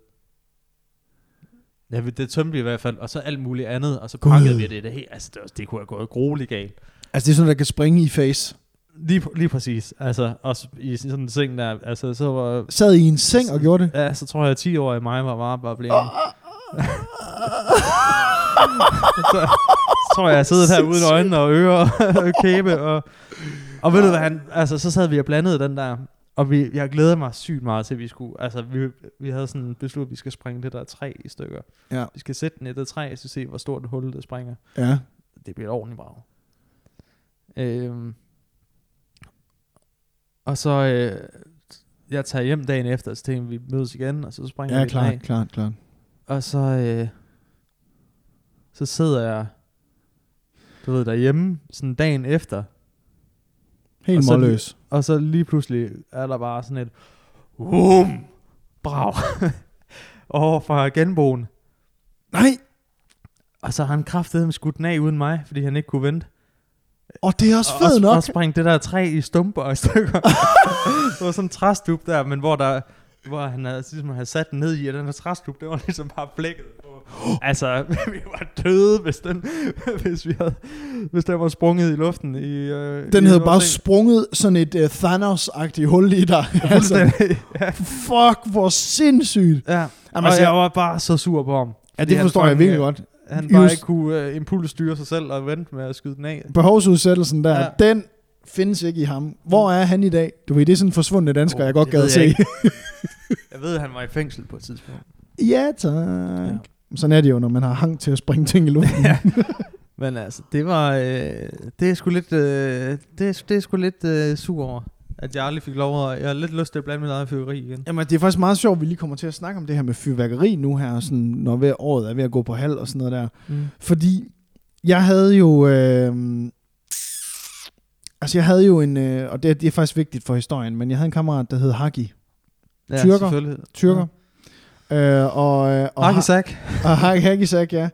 S1: ja, vi- det tømte vi i hvert fald, og så alt muligt andet, og så
S2: Gud.
S1: pakkede vi det, det, helt, altså det, var- det kunne have gået grueligt galt.
S2: Altså det er sådan, der kan springe i face.
S1: Lige, pr- lige præcis. Altså, også i sådan en seng der, altså, så var...
S2: Sad I en seng og gjorde det?
S1: Ja, så tror jeg, at 10 år i mig var bare, bare blevet...
S2: [laughs]
S1: så, så tror jeg, jeg sidder her uden øjne og ører og kæbe. Og, og ved du hvad, han, altså, så sad vi og blandede den der. Og vi, jeg glæder mig sygt meget til, at vi skulle... Altså, vi, vi havde sådan besluttet, at vi skal springe det der træ i stykker.
S2: Ja.
S1: Vi skal sætte den i det træ, så se, hvor stort et hul det springer.
S2: Ja.
S1: Det bliver et ordentligt brag. Øhm. Og så, øh, jeg tager hjem dagen efter, så tænker vi, vi mødes igen, og så springer
S2: Ja,
S1: vi den af.
S2: klart, klart, klart.
S1: Og så, øh, så sidder jeg, du ved, derhjemme, sådan dagen efter, Og
S2: Helt
S1: så-
S2: målløs.
S1: og så lige pludselig er der bare sådan et, um, brav, [laughs] over fra genboen.
S2: Nej,
S1: Og så har han kraftedeme skudt den af uden mig, fordi han ikke kunne vente.
S2: og det er også
S1: Og-
S2: fedt
S1: og,
S2: nok.
S1: Og springe det der træ i stumper og i
S2: [laughs]
S1: stykker. det var sådan en træstup der, men hvor der hvor han havde, ligesom, havde sat den ned i, og den her træstup, det var ligesom bare blækket. på. altså, [laughs] vi var døde, hvis den, hvis, vi havde, hvis den var sprunget i luften. I, øh,
S2: Den
S1: i
S2: havde bare
S1: Nordsjælland.
S2: sprunget sådan et uh, Thanos-agtigt hul i dig. altså,
S1: Fuldstændig, ja.
S2: fuck, hvor
S1: [laughs]
S2: sindssygt.
S1: ja.
S2: Jamen,
S1: og
S2: altså,
S1: jeg var bare så sur på ham.
S2: ja,
S1: fordi
S2: det
S1: han
S2: forstår jeg
S1: fucking,
S2: virkelig
S1: øh,
S2: godt.
S1: Han bare
S2: Just-
S1: ikke kunne øh, impulsstyre sig selv og vente med at skyde den af.
S2: behovsudsættelsen der, ja.
S1: Ja.
S2: den findes ikke i ham. Hvor er han i dag? Du ved, det er sådan en forsvundne dansker, oh,
S1: Åh,
S2: jeg godt
S1: det
S2: gad
S1: ved
S2: at
S1: jeg
S2: se.
S1: Jeg ved, at han var i fængsel på et tidspunkt.
S2: [laughs] ja, tak. Ja. Sådan er det jo, når man har hang til at springe ting
S1: [laughs]
S2: i luften.
S1: Men altså, det var... Øh, det er sgu lidt... Øh, det, er, det er sgu lidt øh, sur over. at jeg aldrig fik lov, og jeg har lidt lyst til at blande mit eget fyrværkeri igen.
S2: Jamen, det er faktisk meget sjovt, at vi lige kommer til at snakke om det her med fyrværkeri nu her, sådan, når ved- året er ved at gå på halv og sådan noget der.
S1: Mm.
S2: Fordi jeg havde jo... Øh, altså, jeg havde jo en... Øh, og det, det er faktisk vigtigt for historien, men jeg havde en kammerat, der hed Hagi.
S1: Ja,
S2: Tyrker.
S1: selvfølgelig.
S2: Tyrker. Ja. Øh, og, øh, og,
S1: Arkisak.
S2: [laughs] Ha- og Hagi Hagisak, ja.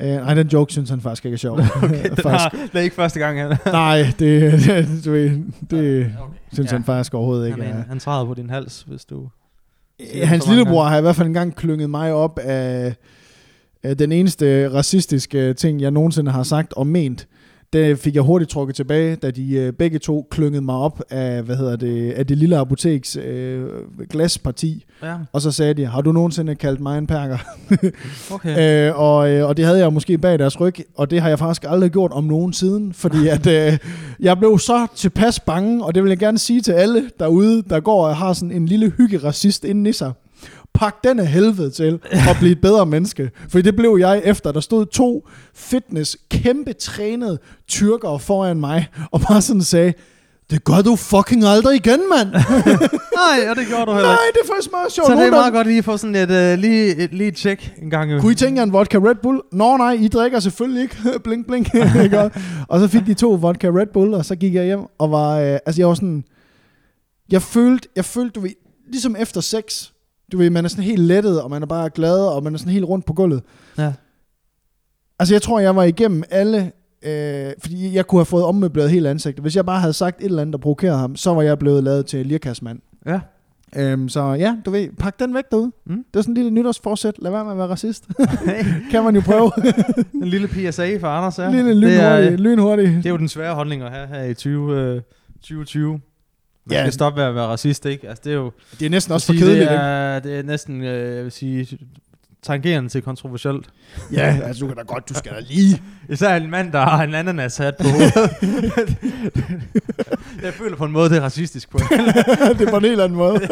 S2: Øh, nej, den joke synes han faktisk ikke er
S1: [laughs]
S2: sjov. okay,
S1: Den har, det er ikke første gang, han...
S2: Nej, det, [laughs] det, du ved, det
S1: Okay.
S2: synes
S1: Ja.
S2: han faktisk overhovedet ikke
S1: Han,
S2: er.
S1: han, han træder på din hals, hvis du... Siger
S2: Øh, Hans
S1: for mange
S2: lillebror
S1: gange.
S2: har i hvert fald engang klynget mig op af, af den eneste racistiske ting, jeg nogensinde har sagt og ment. Det fik jeg hurtigt trukket tilbage, da de øh, begge to klyngede mig op af, hvad hedder det, af det lille apoteks øh, glasparti.
S1: Ja,
S2: Og så sagde de, har du nogensinde kaldt mig en perker?
S1: okay.
S2: Ja. Øh, og, øh, og det havde jeg måske bag deres ryg, og det har jeg faktisk aldrig gjort om nogen siden, fordi at, øh, jeg blev så tilpas bange, og det vil jeg gerne sige til alle derude, der går og har sådan en lille hyggeracist inden i sig. Pak den af helvede til og blive et bedre menneske. For det blev jeg efter. Der stod to fitness, kæmpe trænede tyrkere foran mig, og bare sådan sagde, det gør du fucking aldrig igen, mand.
S1: Nej, og det gjorde du heller
S2: Nej,
S1: ikke.
S2: det er faktisk meget sjovt.
S1: Så det
S2: Nogen,
S1: er
S2: der-
S1: meget godt lige at få sådan et, uh, lige, et, lige et check en gang. imellem.
S2: Kunne I tænke jer en vodka Red Bull? Nå nej, I drikker selvfølgelig ikke. [laughs] blink, blink.
S1: [laughs]
S2: Ikke også? og så fik de to vodka Red Bull, og så gik jeg hjem og var... Øh, altså jeg var sådan... Jeg følte, jeg følte, du ved, ligesom efter sex, du ved, man er sådan helt lettet, og man er bare glad, og man er sådan helt rundt på gulvet.
S1: Ja.
S2: Altså jeg tror, jeg var igennem alle... Øh, fordi jeg kunne have fået ommøbleret hele ansigtet. Hvis jeg bare havde sagt et eller andet, der provokerede ham, så var jeg blevet lavet til lirkassemand.
S1: Ja.
S2: Øhm, så ja, du ved, pak den væk derude.
S1: Mm.
S2: Det er sådan en lille nytårsforsæt. Lad være med at være racist. kan man jo prøve.
S1: En lille PSA for Anders,
S2: [laughs]
S1: ja.
S2: Ja, Lille
S1: det,
S2: lynhurtig,
S1: er, øh,
S2: det lynhurtig.
S1: det er jo den svære holdning at have her i 20, øh, 2020. Man
S2: Ja.
S1: skal stoppe med at være racist, ikke? Altså, det er jo...
S2: det er næsten også for
S1: jeg vil sige,
S2: kedeligt.
S1: Det
S2: ikke?
S1: er, det er næsten, øh, jeg vil sige, tangerende til kontroversielt.
S2: Ja, altså du kan da godt, du skal da lige.
S1: Især en mand, der har en ananas hat på
S2: [laughs]
S1: hovedet. jeg føler på en måde, det er racistisk på. en-
S2: det er på en [laughs] helt anden måde. [laughs]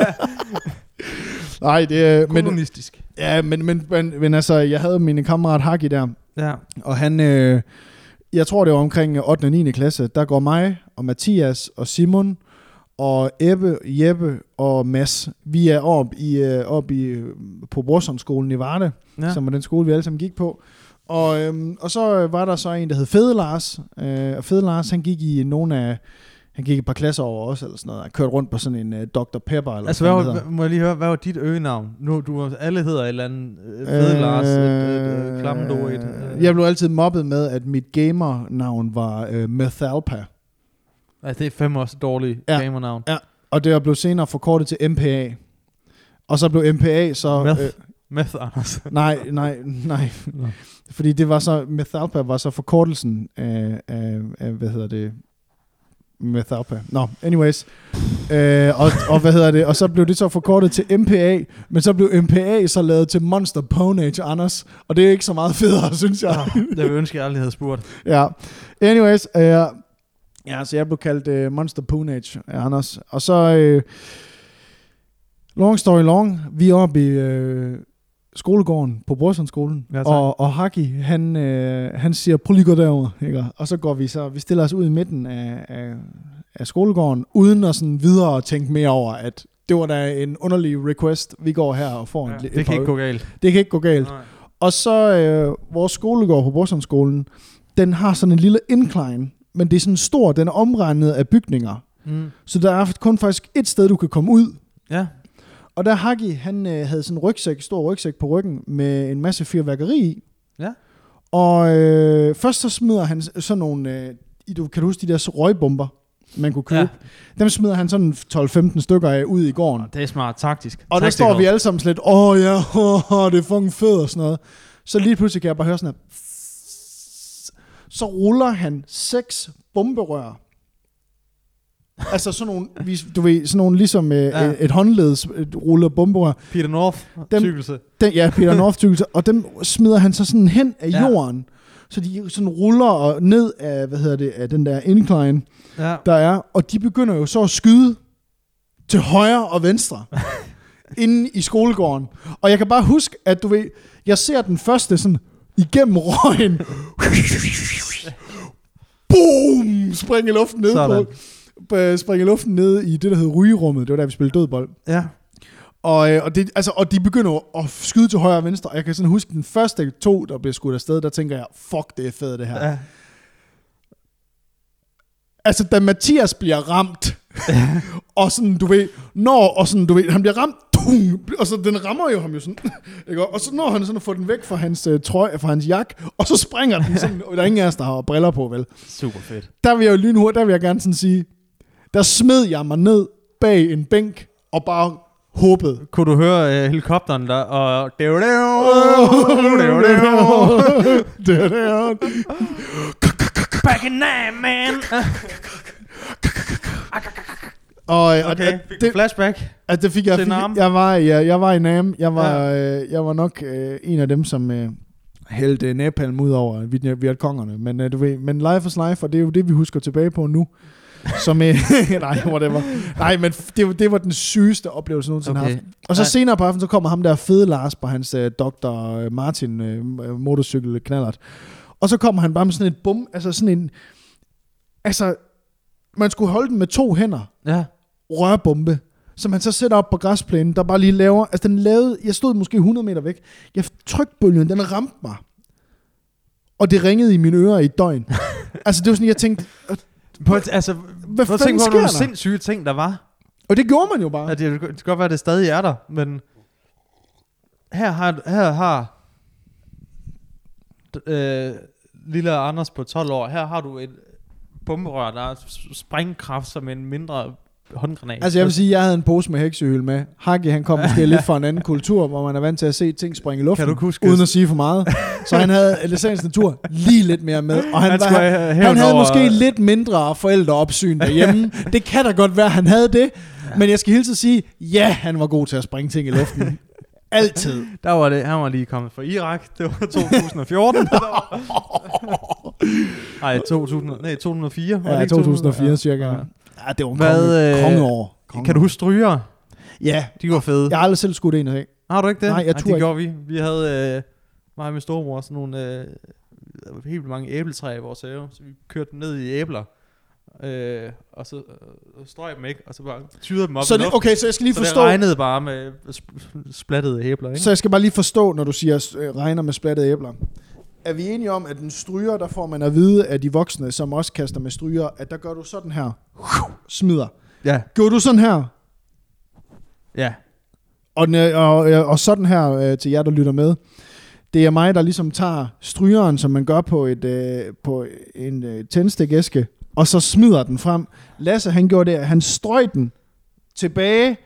S2: Nej, det er... Men,
S1: Kommunistisk.
S2: ja, men, men, men, men altså, jeg havde min kammerat Haki der,
S1: Ja.
S2: og han... Øh, jeg tror, det var omkring 8. og 9. klasse. Der går mig og Mathias og Simon og Ebbe, Jeppe og Mads. Vi er op i, øh, op i, øh, på Brorsomskolen i Varde. ja.
S1: ja.
S2: som var den skole, vi alle sammen gik på. Og, øhm, og så øh, var der så en, der hed Fede Lars, øh, og Fede Lars, han gik i nogle af, han gik et par klasser over os, eller sådan noget, og kørte rundt på sådan en øh, Dr. Pepper, eller
S1: Altså, hvad
S2: sådan
S1: var,
S2: noget.
S1: hvad- må jeg lige høre, hvad var dit øgenavn? Nu, du, alle hedder et eller andet øh, fede øh, Lars, et, et, et, et klamdoid.
S2: øh,
S1: Øh,
S2: Jeg blev altid mobbet med, at mit gamernavn var øh, Methalpa,
S1: Altså, det er fem også dårlige
S2: Ja.
S1: ja. gamernavn.
S2: og det blev senere forkortet til MPA. Og så blev MPA så...
S1: Meth. Meth, Anders.
S2: nej, nej, nej.
S1: Nå.
S2: Fordi det var så, Methalpa var så forkortelsen af, af, af hvad hedder det, Methalpa. Nå, anyways. Øh, og, og, hvad hedder det, og så blev det så forkortet til MPA, men så blev MPA så lavet til Monster Pwnage Anders, og det er ikke så meget federe, synes jeg.
S1: det ville jeg ønske, jeg aldrig havde spurgt.
S2: ja. Anyways, øh, ja, så jeg blev kaldt øh, Monster Pwnage af Anders, og så, øh, long story long, vi er oppe i øh, skolegården på Brorsundskolen,
S1: Ja, tak.
S2: og, og Haki, han, øh, han siger, prøv lige at gå derover, ikke? og så går vi så, vi stiller os ud i midten af, af, af skolegården, uden at sådan videre tænke mere over, at det var da en underlig request, vi går her og får
S1: Ja,
S2: en,
S1: det kan ikke gå galt.
S2: det kan ikke gå galt.
S1: Nej.
S2: Og så øh, vores skolegård på Borsomskolen, den har sådan en lille incline, men det er sådan stor, den er omregnet af bygninger.
S1: Mm.
S2: Så der er kun faktisk et sted, du kan komme ud.
S1: Ja,
S2: Og der Hagi, han øh, havde sådan en rygsæk, stor rygsæk på ryggen med en masse fyrværkeri i.
S1: Ja.
S2: Og øh, først så smider han sådan nogle, øh, i- du, kan du huske de der røgbomber, man kunne købe?
S1: ja.
S2: Ja. Dem smider han sådan 12-15 stykker af ud i gården.
S1: Det er smart taktisk.
S2: Og der
S1: Tactical.
S2: står vi alle sammen slet, åh oh, ja, oh, oh, det er fucking fedt og sådan noget. Så lige pludselig kan jeg bare høre sådan her. Så ruller han seks bomberør. altså sådan nogle, vi- du ved, sådan nogle ligesom øh,
S1: Ja.
S2: ja. et håndledes et ruller bomberør.
S1: Peter North,
S2: Dem-
S1: cyklelse.
S2: Den, ja,
S1: [laughs]
S2: Peter North tykkelse, og dem smider han så sådan hen af
S1: Ja.
S2: jorden. Så de sådan ruller og ned af, hvad hedder det, af den der incline,
S1: Ja.
S2: der er. Og de begynder jo så at skyde til højre og venstre inde i skolegården. Og jeg kan bare huske, at du ved, jeg ser den første sådan igennem røgen. Boom! Spring i luften ned
S1: Sådan.
S2: på. øh, springe i luften ned i det, der hed rygerummet. Det var der, vi spillede dødbold.
S1: Ja.
S2: Og, øh, og, det, altså, og de begynder jo at skyde til højre og venstre. Og Jeg kan sådan huske den første to, der blev skudt afsted, der tænker jeg, fuck, det er fedt
S1: [laughs]
S2: det her.
S1: ja.
S2: Altså, da Mathias bliver
S1: [laughs]
S2: ramt, og sådan, du ved, når, og sådan, du ved, han bliver ramt, tung, og så den rammer jo ham jo sådan, [laughs] ikke? og så når han sådan at få den væk fra hans øh, trøje, fra hans jak, og så springer den
S1: [laughs]
S2: sådan, og der er ingen af os, der har briller på, vel?
S1: Super fedt.
S2: Der vil jeg jo lynhurtigt, der vil jeg gerne sådan sige, der smed jeg mig ned bag en bænk, og bare
S1: [laughs]
S2: håbede, [laughs]
S1: Kunne du høre øh, helikopteren der, og... Oh,
S2: det er det
S1: Back in nine, man!
S2: Og, og
S1: Okay,
S2: okay.
S1: fik du
S2: det,
S1: flashback.
S2: altså, det fik jeg.
S1: til
S2: Fik,
S1: Nam?
S2: jeg, var, jeg, jeg var i Nam. Jeg var, øh, jeg var nok øh, en af dem, som øh, hældte øh, napalm ud over Viet- Vietkongerne. Men, øh, du ved, men life is life, og det er jo det, vi husker tilbage på nu. Som, øh, [laughs] nej, whatever. Nej, men f- det, var- det var den sygeste oplevelse, jeg nogensinde okay. har
S1: Okay.
S2: haft. Og så
S1: Nej.
S2: senere på aftenen, så kommer ham der fede Lars på hans øh, Dr. Martin øh, motorcykel knallert. Og så kommer han bare med sådan et bum, altså sådan en... Altså, man skulle holde den med to hænder,
S1: Ja.
S2: rørbombe, som han så sætter op på græsplænen, der bare lige laver, altså den lavede, jeg stod måske 100 meter væk, jeg trykte bølgen, den ramte mig. Og det ringede i mine ører i
S1: [laughs]
S2: et døgn. altså det var sådan, jeg tænkte,
S1: På, altså,
S2: hvad
S1: prøv at
S2: fanden
S1: tænke på
S2: sker
S1: nogle
S2: der?
S1: sindssyge ting, der var.
S2: Og det gjorde man jo bare.
S1: Ja, det, det kan godt være, det stadig er der, men... Her har... Her har d- øh, lille Anders på 12 år, her har du et bomberør, der er s- sprængkraft som en mindre håndgranat.
S2: Altså jeg vil sige, jeg havde en pose med heksehyl med. Hagi han kom måske lidt fra en anden kultur, hvor man er vant til at se ting springe i luften,
S1: Kan du ikke huske-
S2: uden at sige for meget. Så han havde Alessandens natur lige lidt mere med. Og han,
S1: Han
S2: var,
S1: skulle
S2: han,
S1: have
S2: han
S1: hævn
S2: havde
S1: over-
S2: måske lidt mindre forældreopsyn
S1: [laughs]
S2: derhjemme. det kan da godt være, han havde det. Men jeg skal hilse at sige, ja, han var god til at springe ting i
S1: [laughs]
S2: luften. Altid.
S1: Der var det, han var lige kommet fra Irak, det var
S2: [laughs]
S1: 2014. Nej, 2000, nej, 2004. var det
S2: Ja,
S1: ikke
S2: 2004 cirka.
S1: Ja.
S2: Ja, det var en
S1: Hvad,
S2: konge,
S1: øh,
S2: kongeår. Kongeår.
S1: Kan du huske stryger?
S2: Ja,
S1: De var fede.
S2: jeg har aldrig selv skudt en af dem.
S1: Har du ikke det?
S2: Nej, jeg
S1: Ej,
S2: turde
S1: det
S2: ikke.
S1: gjorde vi. Vi havde øh, mig og min storebror sådan nogle øh, helt vildt mange æbletræer i vores have, så vi kørte dem ned i æbler. Øh, og så øh, strøg dem ikke, og så bare tyrede dem op
S2: Så
S1: i
S2: det,
S1: luften.
S2: okay, så jeg skal lige
S1: så
S2: forstå.
S1: det regnede bare med sp- splattede æbler, ikke?
S2: Så jeg skal bare lige forstå, når du siger, øh, regner med splattede æbler. Er vi enige om, at den stryger, der får man at vide af de voksne, som også kaster med stryger, at der gør du sådan her, smider.
S1: Ja,
S2: Gjorde du sådan her,
S1: ja.
S2: og, den, øh, og, øh, og sådan her øh, til jer, der lytter med. Det er mig, der ligesom tager strygeren, som man gør på, et, øh, på en øh, tændstikæske, og så smider den frem. Lasse, han gjorde det, at han strøg den tilbage,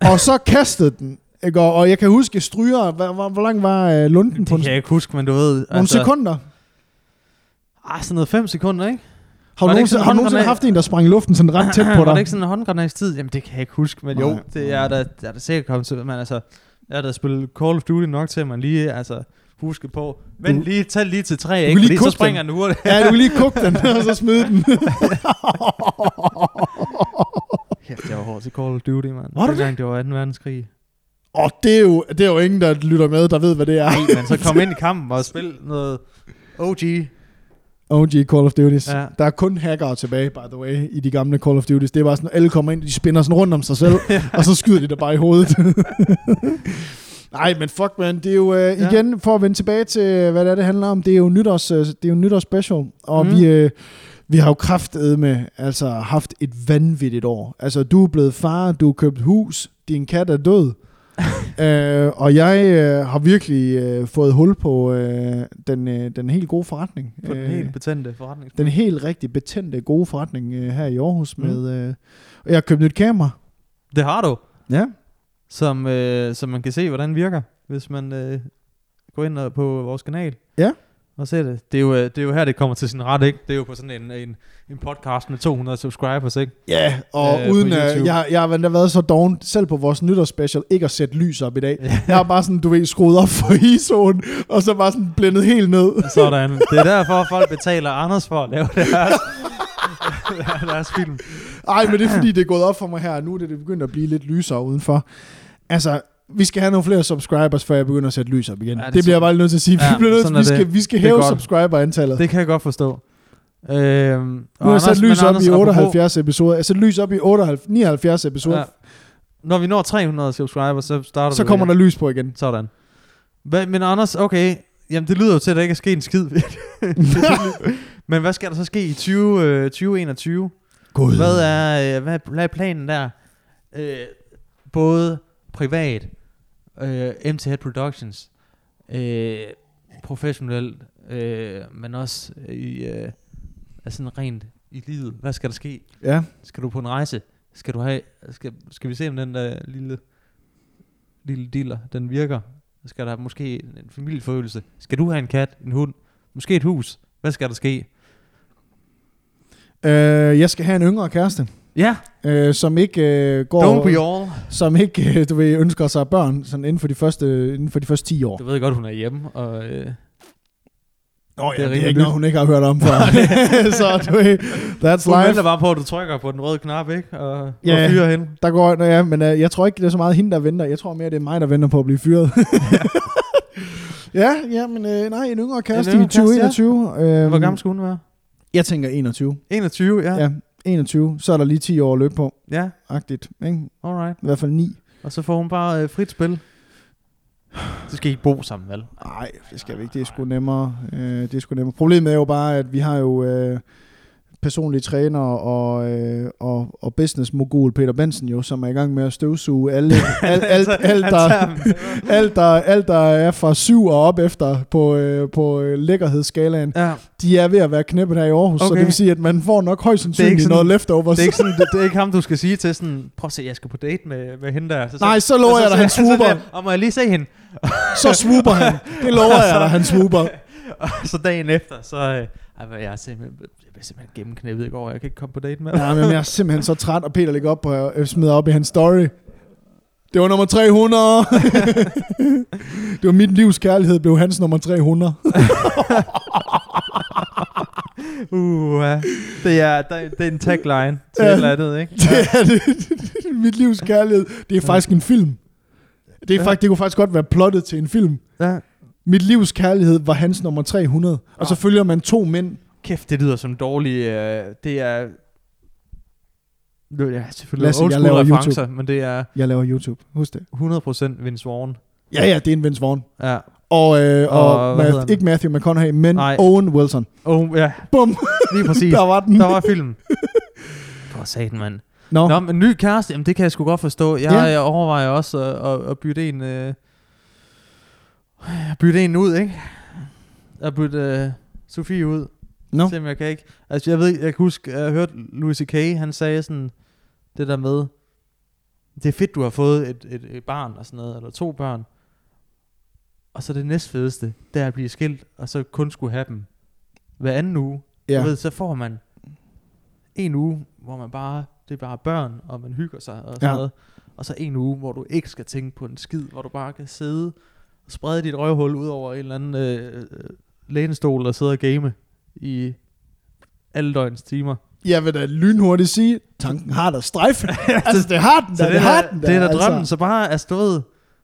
S2: og
S1: [laughs]
S2: så kastede den. Ikke? Og, og jeg kan huske stryger, hvor, hvor, hvor lang var øh, lunden
S1: Det
S2: på?
S1: kan
S2: en-
S1: jeg ikke altså, huske, men du ved...
S2: Nogle sekunder.
S1: Ah, sådan noget 5 sekunder, ikke?
S2: Har
S1: Var
S2: du
S1: det ikke
S2: nogensinde,
S1: sådan
S2: har du
S1: en
S2: nogensinde
S1: håndgranat?
S2: haft en, der sprang i luften sådan ret tæt
S1: [laughs]
S2: på
S1: Var det
S2: dig?
S1: ikke sådan en håndgranatstid? Jamen, det kan jeg ikke huske, men jo,
S2: Nej.
S1: det er der, der er der sikkert kommet til. Men altså, jeg har da spillet Call of Duty nok til, at man lige altså, husker på.
S2: Du-
S1: Men lige, tag lige til tre,
S2: kan
S1: ikke?
S2: lige
S1: Fordi så
S2: kuppe
S1: springer den hurtigt. [laughs]
S2: Ja, du kan lige kugge den, og så smide den.
S1: Kæft, jeg var hård til Call of Duty, mand.
S2: Var du
S1: Dengang det var 2. verdenskrig.
S2: og det er, jo, det er jo ingen, der lytter med, der ved, hvad det er.
S1: Ej, men så kom ind i kampen og spil noget OG.
S2: OG Call of Duties. Ja.
S1: Ja.
S2: Der er kun hackere tilbage, by the way, i de gamle Call of Duties. Det er bare sådan, alle kommer ind, de spinner sådan rundt om sig
S1: [laughs]
S2: selv, og så skyder de dig bare i hovedet. [laughs] Nej, men fuck man, det er jo øh,
S1: Ja.
S2: igen, for at vende tilbage til, øh, hvad det er, det handler om, det er jo nytårs, øh, det er jo nytårs special, og mm.
S1: Mm.
S2: vi, øh, vi har jo kraftet med, altså haft et vanvittigt år. Altså, du er blevet far, du har købt hus, din kat
S1: [laughs]
S2: er død, øh, og jeg øh, har virkelig øh, fået hul på øh, den, øh, den helt gode forretning.
S1: På den
S2: Øh,
S1: helt betændte forretning.
S2: den helt rigtig betændte gode forretning øh, her i Aarhus
S1: Mm.
S2: med øh, og jeg har købt nyt kamera.
S1: Det har du,
S2: Ja.
S1: som, øh, som man kan se, hvordan virker, hvis man øh, går ind og- på vores kanal.
S2: Ja.
S1: Og ser det. Det er, jo, øh, det er jo her, det kommer til sin ret, ikke? Det er jo på sådan en, en, en podcast med 200 subscribers, ikke?
S2: Ja, og
S1: Øh,
S2: øh,
S1: på
S2: uden at,
S1: YouTube.
S2: jeg, jeg har endda været så doven, selv på vores nytårsspecial, ikke at sætte lys op i dag.
S1: Ja.
S2: Jeg har bare sådan, du ved, skruet op for [laughs] ISO'en, og så bare sådan blændet helt ned.
S1: [laughs] Sådan. Det er derfor, folk betaler Anders for at lave [laughs] deres, deres film.
S2: Ej, men det er fordi, det er gået op for mig her, og nu er det begyndt at blive lidt lysere udenfor. Altså, vi skal have nogle flere subscribers, før jeg begynder at sætte lys op igen. Ja,
S1: Ja,
S2: det,
S1: det
S2: det bliver
S1: er
S2: jeg bare lige nødt til at sige. Ja,
S1: Ja,
S2: vi, bliver nødt,
S1: sådan
S2: vi,
S1: er det.
S2: skal, vi skal
S1: Det er
S2: hæve
S1: godt.
S2: subscriber-antallet.
S1: Det kan jeg godt forstå. Øhm,
S2: Nu har jeg sat lys op i 78 episoder. Jeg satte lys op i 98, 79 episoder.
S1: Ja. Når vi når 300 subscribers, så starter
S2: så
S1: vi
S2: kommer
S1: igen.
S2: der lys på igen.
S1: Sådan. Hva, men Anders, okay. Jamen, det lyder jo til, at der ikke er sket en skid. men hvad skal der så ske i 20, øh, 2021?
S2: God.
S1: Hvad er, øh, hvad, hvad er planen der? Øh, både privat, øh, MT Head Productions, øh, professionelt, øh, men også i, øh, altså rent i livet. Hvad skal der ske?
S2: Ja.
S1: Skal du på en rejse? Skal du have, skal, skal vi se, om den der lille, lille diller, den virker? Skal der måske en en familieforøgelse? Skal du have en kat, en hund, måske et hus? Hvad skal der ske?
S2: Øh, jeg skal have en yngre kæreste,
S1: Ja,
S2: øh, som ikke øh, går...
S1: don't be all.
S2: som ikke øh, du ved, ønsker sig børn sådan inden, for de første, inden for de første 10 år.
S1: Du ved godt, hun er hjemme, og... Øh,
S2: Nå,
S1: det er
S2: ja, det er
S1: rimelig
S2: ikke noget,
S1: nyt.
S2: hun ikke har hørt [laughs]
S1: [laughs]
S2: om før. så du ved, that's
S1: Hun
S2: life.
S1: venter bare på, at du trykker på den røde knap, ikke? Og, yeah.
S2: Ja.
S1: og fyrer hende.
S2: Der går, nå ja, men øh, jeg tror ikke, det er så meget hende, der venter. Jeg tror mere, det er mig, der venter på at blive
S1: [laughs]
S2: fyret. ja, ja, men øh, nej, en yngre kæreste
S1: yngre
S2: i øhm,
S1: kæreste,
S2: 2021. Ja.
S1: Hvor gammel skulle hun være?
S2: Jeg tænker 21.
S1: 21, ja.
S2: Ja.
S1: Ja,
S2: ja. 21. Så er der lige 10 år at løbe på.
S1: ja
S2: Agtigt, ikke?
S1: alright.
S2: I hvert fald 9.
S1: Og så får hun bare øh, frit
S2: [sighs]
S1: spil. Så skal I ikke bo sammen, vel?
S2: Nej, det skal vi ikke. Det er sgu nemmere. Øh, det er sgu nemmere. Problemet er jo bare, at vi har jo øh, personlige træner og, øh, og, og business mogul Peter Benson jo, som er i gang med at
S1: [laughs]
S2: støvsuge alle, alt, alt,
S1: Han
S2: alt,
S1: tager
S2: der,
S1: dem.
S2: alt, der, alt, der er fra syv og op efter på, øh, på øh, lækkerhedsskalaen.
S1: ja,
S2: De er ved at være knippet her i Aarhus, okay. så
S1: Okay.
S2: det vil sige, at man får nok højst sandsynligt
S1: sådan-
S2: noget leftovers.
S1: det, er ikke sådan, det, det er ikke ham, du skal sige til sådan, prøv at se, jeg skal på date med, med hende der. Så,
S2: Nej, så lover jeg dig, han swooper.
S1: Og må jeg lige se hende?
S2: Så swooper han. [laughs] Det lover jeg dig, han swooper.
S1: Og så dagen efter, så... Øh, ej, hvad, jeg er simpelthen, jeg er simpelthen gennemknæppet i går, jeg kan ikke komme på date [laughs] med.
S2: Nej, men jeg er simpelthen så træt, og Peter ligger op på, øh, smider op i hans story. Det var nummer [laughs] 300. det var mit livs kærlighed, blev hans nummer 300.
S1: Uh, det er, der- det er en tagline til
S2: Ja.
S1: et eller andet, ikke?
S2: Det er det. [laughs] mit livs kærlighed. Det er faktisk en film. Det, er
S1: Ja.
S2: faktisk, det kunne faktisk godt være plottet til en film.
S1: Ja.
S2: Mit livs kærlighed var hans nummer 300. Og så følger man to mænd.
S1: Kæft, det lyder som dårlig... Øh, det er... Det er selvfølgelig Lasse,
S2: Lasse, jeg
S1: old
S2: laver
S1: school referencer, men det er
S2: Jeg laver YouTube. Husk det.
S1: 100% Vince Vaughn.
S2: Ja, ja, det er en Vince Vaughn.
S1: Ja.
S2: Og, øh, og,
S1: Og
S2: og
S1: hvad hedder
S2: Math,
S1: han?
S2: ikke Matthew McConaughey, men
S1: Nej.
S2: Nej. Owen Wilson.
S1: Oh, ja,
S2: Bum,
S1: lige præcis.
S2: der
S1: der,
S2: var den.
S1: var, der var filmen. For satan, mand.
S2: Nå.
S1: Nå, men ny kæreste, jamen, det kan jeg sgu godt forstå. Jeg,
S2: Ja.
S1: ja. jeg overvejer også at, at, at bytte en... Øh, bytte en ud, ikke? At bytte øh, Sofie ud.
S2: Nå.
S1: No. Selvom jeg kan ikke... Altså, jeg ved, jeg kan huske, jeg hørte Louis C.K., han sagde sådan, det der med, det er fedt, du har fået et, et, et barn og sådan noget, eller to børn. Og så det næstfedeste, det er at blive skilt, og så kun skulle have dem hver anden uge. Ja.
S2: Ja.
S1: Du ved, så får man en uge, hvor man bare, det er bare børn, og man hygger sig og sådan
S2: Ja.
S1: ja. noget. Og så en uge, hvor du ikke skal tænke på en skid, hvor du bare kan sidde og sprede dit røvhul ud over en eller anden øh, øh, lænestol og sidde og game i alle døgns timer.
S2: Jeg vil da lynhurtigt sige, tanken har der
S1: [laughs]
S2: strejf. altså, det har den da,
S1: Så
S2: det,
S1: det,
S2: har
S1: er,
S2: den
S1: det er da
S2: altså.
S1: drømmen, så bare altså, du ved,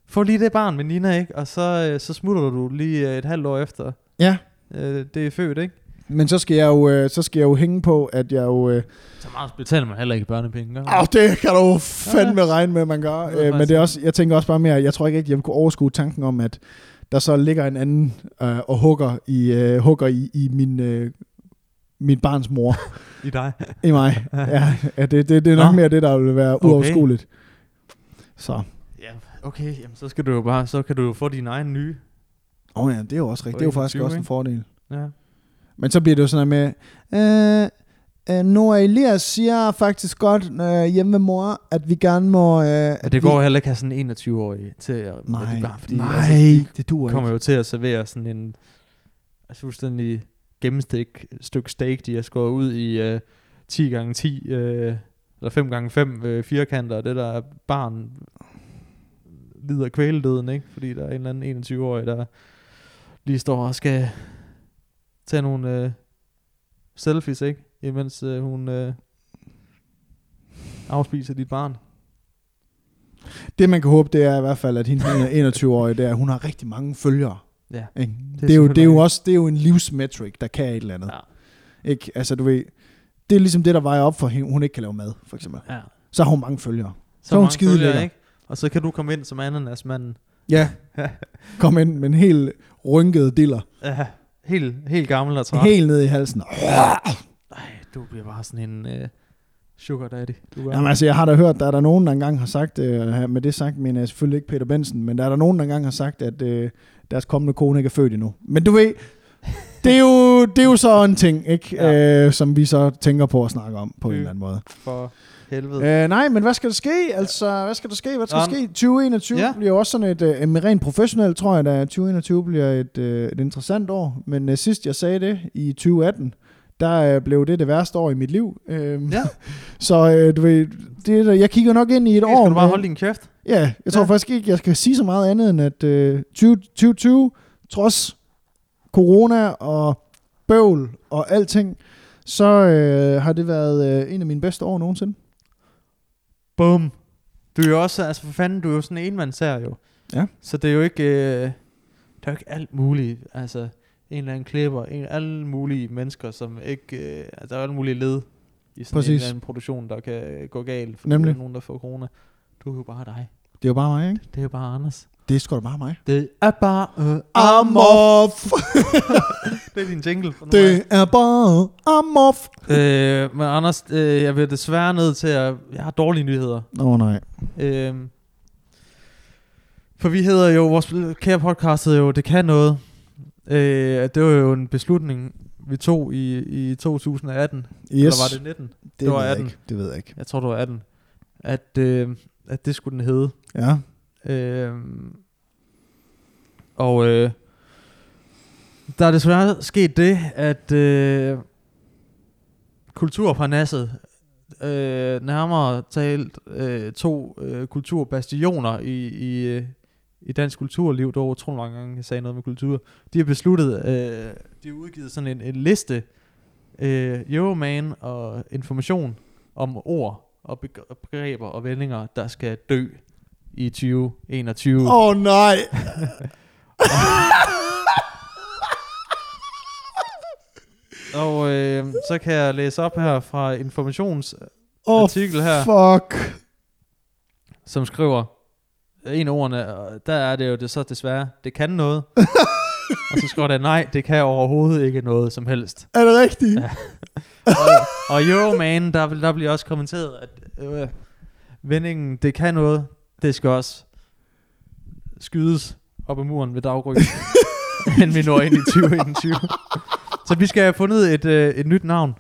S1: få lige det barn med Nina, ikke? Og så, øh, så smutter du lige øh, et halvt år efter.
S2: Ja.
S1: Øh, det er født, ikke?
S2: Men så skal, jeg jo, øh, så skal jeg jo hænge på, at jeg jo... Øh,
S1: Så meget betaler man heller ikke børnepenge. gør man?
S2: åh, det kan du fandme regne med, man gør.
S1: Det er
S2: Øh, men det er også, jeg tænker også bare mere, jeg tror ikke rigtig, jeg vil kunne overskue tanken om, at der så ligger en anden øh, og hugger i, øh, hugger i, i min, øh, min barns mor
S1: I dig.
S2: i
S1: [laughs]
S2: mig. Ja, ja det, det, det er nok
S1: Nå.
S2: mere det, der vil være uoverskueligt. Så,
S1: Ja, okay, jamen, så skal du jo bare, så kan du jo få din egen nye.
S2: åh ja, det er jo også rigtigt. Det er jo faktisk
S1: 21,
S2: også en
S1: ikke?
S2: fordel.
S1: Ja.
S2: Men så bliver det jo sådan noget med, øh, øh, Nora Elias siger faktisk godt øh, hjemme med mor, at vi gerne må... Øh,
S1: Men
S2: at
S1: det
S2: vi,
S1: går heller ikke at have sådan en 21-årig til at...
S2: Nej,
S1: det er bare fordi,
S2: nej,
S1: Altså, de
S2: det duer
S1: kommer
S2: ikke.
S1: jo til at servere sådan en altså, fuldstændig gennemstik stykke steak, de har skåret ud i øh, 10 gange 10 øh, eller 5 gange 5 øh, firkanter, og det der barn lider kvæledøden, ikke? Fordi der er en eller anden 21-årig, der lige står og skal tage nogle øh, selfies, ikke? Imens øh, hun øh, afspiser dit barn.
S2: Det man kan håbe, det er i hvert fald, at hende hun er 21-årig, det er, at hun har rigtig mange følgere.
S1: Ja.
S2: Ikke?
S1: er
S2: Det, er det, er jo, det er jo
S1: selvfølgelig
S2: også det er jo en livsmetric, der kan et eller andet.
S1: Ja.
S2: Ikke? Altså, du ved, det er ligesom det, der vejer op for hende. Hun ikke kan lave mad, for eksempel.
S1: Ja.
S2: Så har hun mange følgere.
S1: Så,
S2: er hun
S1: mange
S2: skide
S1: følgere,
S2: lækker.
S1: ikke? Og så kan du komme ind som ananasmanden.
S2: Ja. Kom ind med en helt rynket diller.
S1: Ja, helt, helt gammel og træt.
S2: Helt ned i halsen.
S1: Ej, du bliver bare sådan en øh, sugar daddy. Du er.
S2: Jamen altså, jeg har da hørt, der er der nogen, der engang har sagt, øh, med det sagt, men jeg selvfølgelig ikke Peter Benson, men der er der nogen, der engang har sagt, at øh, deres kommende kone ikke er født endnu. Men du ved, det er jo, det er jo så en ting, ikke? Ja. Øh, som vi så tænker på at snakke om på mm.
S1: Mm.
S2: en eller anden måde.
S1: For helvede.
S2: Øh, nej, men hvad skal der ske? Altså, hvad skal der ske? Hvad skal der
S1: Nå,
S2: ske? 2021 ja.
S1: ja.
S2: bliver jo også sådan et, øh, rent professionelt tror jeg, at 2021 bliver et, øh, et interessant år. Men øh, sidst jeg sagde det, i 2018, der øh, blev det det værste år i mit liv. Øh,
S1: Ja,
S2: [laughs] så øh, du ved, det, er der- jeg kigger nok ind i et
S1: det
S2: år.
S1: skal du bare
S2: med-
S1: holde din kæft.
S2: Ja, jeg tror
S1: Ja.
S2: faktisk ikke, jeg skal sige så meget andet end, at øh, 20 2020, trods corona og bøvl og alting, så øh, har det været øh, en af mine bedste år nogensinde.
S1: Bum. Du er jo også, altså for fanden, du er jo sådan en enmandsager jo.
S2: Ja.
S1: Så det er jo ikke, øh, der er jo ikke alt muligt, altså en eller anden klipper, en, alle mulige mennesker, som ikke, øh, altså der er alle mulige led i sådan en
S2: Præcis.
S1: eller anden produktion, der kan øh, gå galt, fordi
S2: Nemlig.
S1: der er nogen, der får corona. Du er jo bare dig.
S2: Det er jo bare mig, ikke?
S1: Det er jo bare Anders.
S2: Det er sgu da bare mig.
S1: Det er bare øh,
S2: I'm
S1: Amor.
S2: off!
S1: Det er din jingle. for nu af.
S2: Det er bare I'm off!
S1: Øh, men Anders, øh, jeg bliver desværre nødt til at... Jeg har dårlige nyheder.
S2: Åh oh, nej.
S1: Øh, for vi hedder jo... Vores kære podcast hedder jo Det Kan Noget. Øh, det var jo en beslutning, vi tog i, i 2018. Yes.
S2: Yes.
S1: Eller var det 19?
S2: det,
S1: var
S2: ved jeg
S1: 18.
S2: ikke. Det ved jeg ikke.
S1: Jeg tror, det var 18. At, øh, at det skulle den hedde.
S2: Ja.
S1: Øh, og øh, der er desværre sket det, at øh, kulturparnasset, øh, nærmere talt øh, to øh, kulturbastioner i, i, øh, i dansk kulturliv, der utrolig mange gange jeg sagde noget med kultur, de har besluttet, øh, de har udgivet sådan en, en liste, øh, Euroman og information om ord og beg- og begreber og vendinger, der skal dø i 2021.
S2: Åh oh,
S1: [laughs]
S2: nej!
S1: Og øh, så kan jeg læse op her fra Informations,
S2: Åh, oh,
S1: Artikel her.
S2: fuck!
S1: som skriver, en af ordene, og der er det jo det så desværre, det kan
S2: [laughs]
S1: noget. og så skriver der, nej, det kan overhovedet ikke noget som helst.
S2: Er det rigtigt?
S1: Ja. Og, og Euroman, der, vil- der bliver også kommenteret, at øh, vendingen, det kan noget, det skal også skydes op ad muren ved
S2: [laughs]
S1: daggry, inden vi når ind i 2021. så vi skal have fundet et, øh, et nyt navn.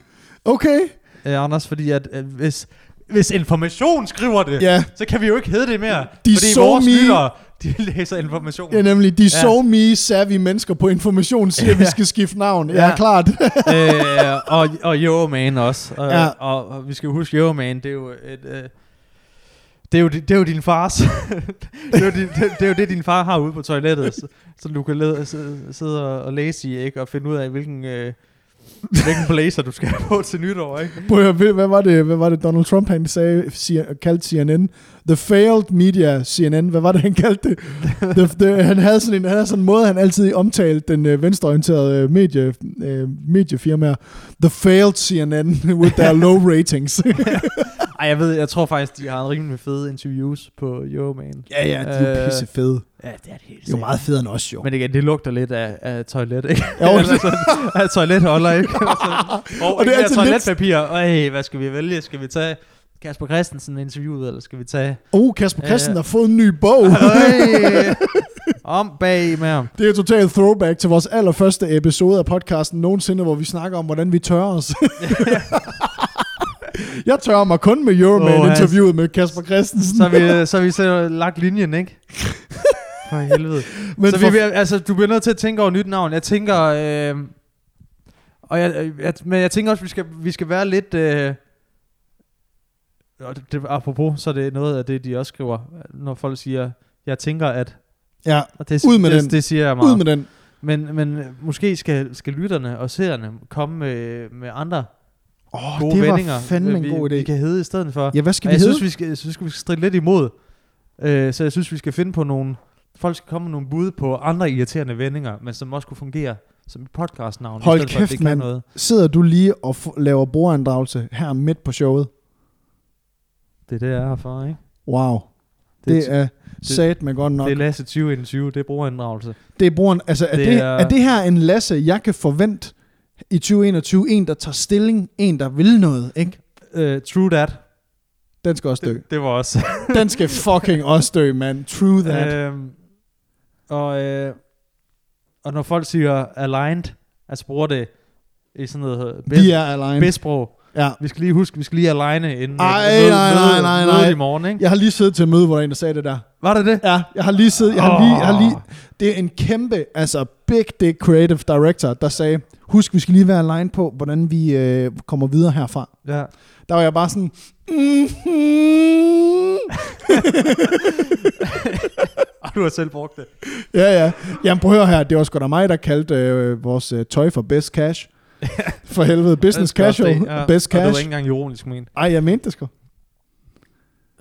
S2: Okay.
S1: øh, Anders, fordi at øh, hvis, hvis information skriver det,
S2: Ja,
S1: så kan vi jo ikke hedde det mere. fordi
S2: De så
S1: vores
S2: me.
S1: lyttere, de [laughs] læser information.
S2: ja
S1: øh,
S2: nemlig. De so me savvy mennesker på information siger, at vi skal skifte navn. Ja,
S1: Ja.
S2: klart.
S1: Øh, og, og Euroman også. Og,
S2: Ja.
S1: ja. og, og, vi skal jo huske, Euroman, det er jo et... Øh, det er, jo, di- det er jo din fars. [laughs] det, er jo din, det, det er jo det, din far har ude på toilettet, så, så du kan lede, sidde- sidde og og læse i, ikke? Og finde ud af, hvilken, øh, hvilken blazer du skal [laughs] have på til nytår, ikke?
S2: Prøv at høre, ved- hvad var det, hvad var det Donald Trump han sagde, siger, kaldte CNN? The failed media CNN. Hvad var det, han kaldte [laughs] det? the, the, han, havde sådan en, han havde sådan en måde, han altid omtalte den øh, venstreorienterede øh, medie, øh, mediefirmaer. The failed CNN [laughs] with their low ratings.
S1: [laughs] Ej, jeg ved, jeg tror faktisk, de har rimelig fede interviews på Euroman.
S2: ja, ja, de er jo
S1: Øh,
S2: pisse fede.
S1: Ja, det er det helt
S2: Det er jo meget federe end os, jo.
S1: Men igen, det lugter lidt af, af toilet, ikke? [laughs]
S2: Jo, det-
S1: Eller sådan, af toiletholder,
S2: [laughs]
S1: ikke? og, og
S2: det
S1: det
S2: er
S1: er
S2: altid lidt-
S1: toiletpapir. Øj, hvad skal vi vælge? Skal vi tage Kasper Christensen interviewet, eller skal vi tage...
S2: Oh, Kasper
S1: Ja,
S2: Christen
S1: ja.
S2: har fået en ny bog. [laughs]
S1: Øj, om bag med ham.
S2: Det er totalt throwback til vores allerførste episode af podcasten nogensinde, hvor vi snakker om, hvordan vi tørrer os.
S1: [laughs]
S2: jeg tørrer mig kun med
S1: Åh,
S2: Euroman-interviewet med Kasper Christensen.
S1: Så har vi, så har vi så lagt linjen,
S2: [laughs]
S1: ikke? For helvede.
S2: Men
S1: Men så
S2: for,
S1: vi, bliver- altså, du bliver nødt til at tænke over nyt navn. Jeg tænker... Øh, og jeg, øh, jeg, men jeg tænker også, vi skal, vi skal være lidt... Øh, og det, det, apropos, så er det noget af det, de også skriver, når folk siger, jeg tænker at...
S2: ja,
S1: Og det,
S2: Ud med
S1: det,
S2: den.
S1: det, det siger jeg meget.
S2: ud med den.
S1: Men, men øh, måske skal, skal lytterne og seerne komme med, med andre
S2: Åh,
S1: gode
S2: det var
S1: vendinger,
S2: fandme
S1: øh,
S2: en
S1: vi,
S2: god idé.
S1: vi kan hedde i stedet for.
S2: Ja, hvad skal
S1: Og
S2: vi
S1: jeg
S2: hedde?
S1: synes, vi skal, jeg synes, vi skal stride lidt imod. Øh, så jeg synes, vi skal finde på nogle, Folk skal komme med nogle bud på andre irriterende vendinger, men som også kunne fungere som et podcastnavn. i
S2: Hold
S1: stedet for, at
S2: kæft,
S1: det kan
S2: mand.
S1: noget.
S2: Sidder du lige og f- laver bordandragelse her midt på showet?
S1: Det er det, jeg er her for, ikke?
S2: Wow.
S1: Det,
S2: Det,
S1: det, er,
S2: er sat med godt nok.
S1: det er Lasse 2021, det er brugerinddragelse.
S2: Det er brugeren, altså er det,
S1: Det
S2: det, er...
S1: er-
S2: er det her en Lasse, jeg kan forvente i 2021? En, der tager stilling, en, der vil noget, ikke?
S1: Uh, true that.
S2: Den skal også dø.
S1: Det, det var også.
S2: Den skal fucking også dø, man. True that.
S1: øhm, og, øh, og når folk siger aligned, altså bruger det i sådan noget
S2: Vi er alene.
S1: bedsprog.
S2: Ja.
S1: Vi skal lige huske, vi skal lige aligne inden øh,
S2: Ej,
S1: møde-
S2: nej,
S1: møde-
S2: nej, nej,
S1: mødet
S2: nej.
S1: i morgen, ikke?
S2: Jeg har lige siddet til et møde, hvor der er en, der sagde det der.
S1: Var det det?
S2: Ja, jeg har lige siddet, jeg har lige, jeg har
S1: Åh.
S2: lige, det er en kæmpe, altså big dick creative director, der sagde, husk, vi skal lige være aligned på, hvordan vi øh, kommer videre herfra.
S1: Ja.
S2: Der var jeg bare sådan, mm-hmm.
S1: Og du har selv brugt det.
S2: ja, ja. Jamen prøv at høre her, det var sgu da mig, der kaldte øh, vores øh, tøj for best cash. for helvede, business
S1: Det er
S2: cash,
S1: også det,
S2: ja. best
S1: Og det var
S2: cash.
S1: ikke engang ironisk ment.
S2: Ej, jeg mente det sgu.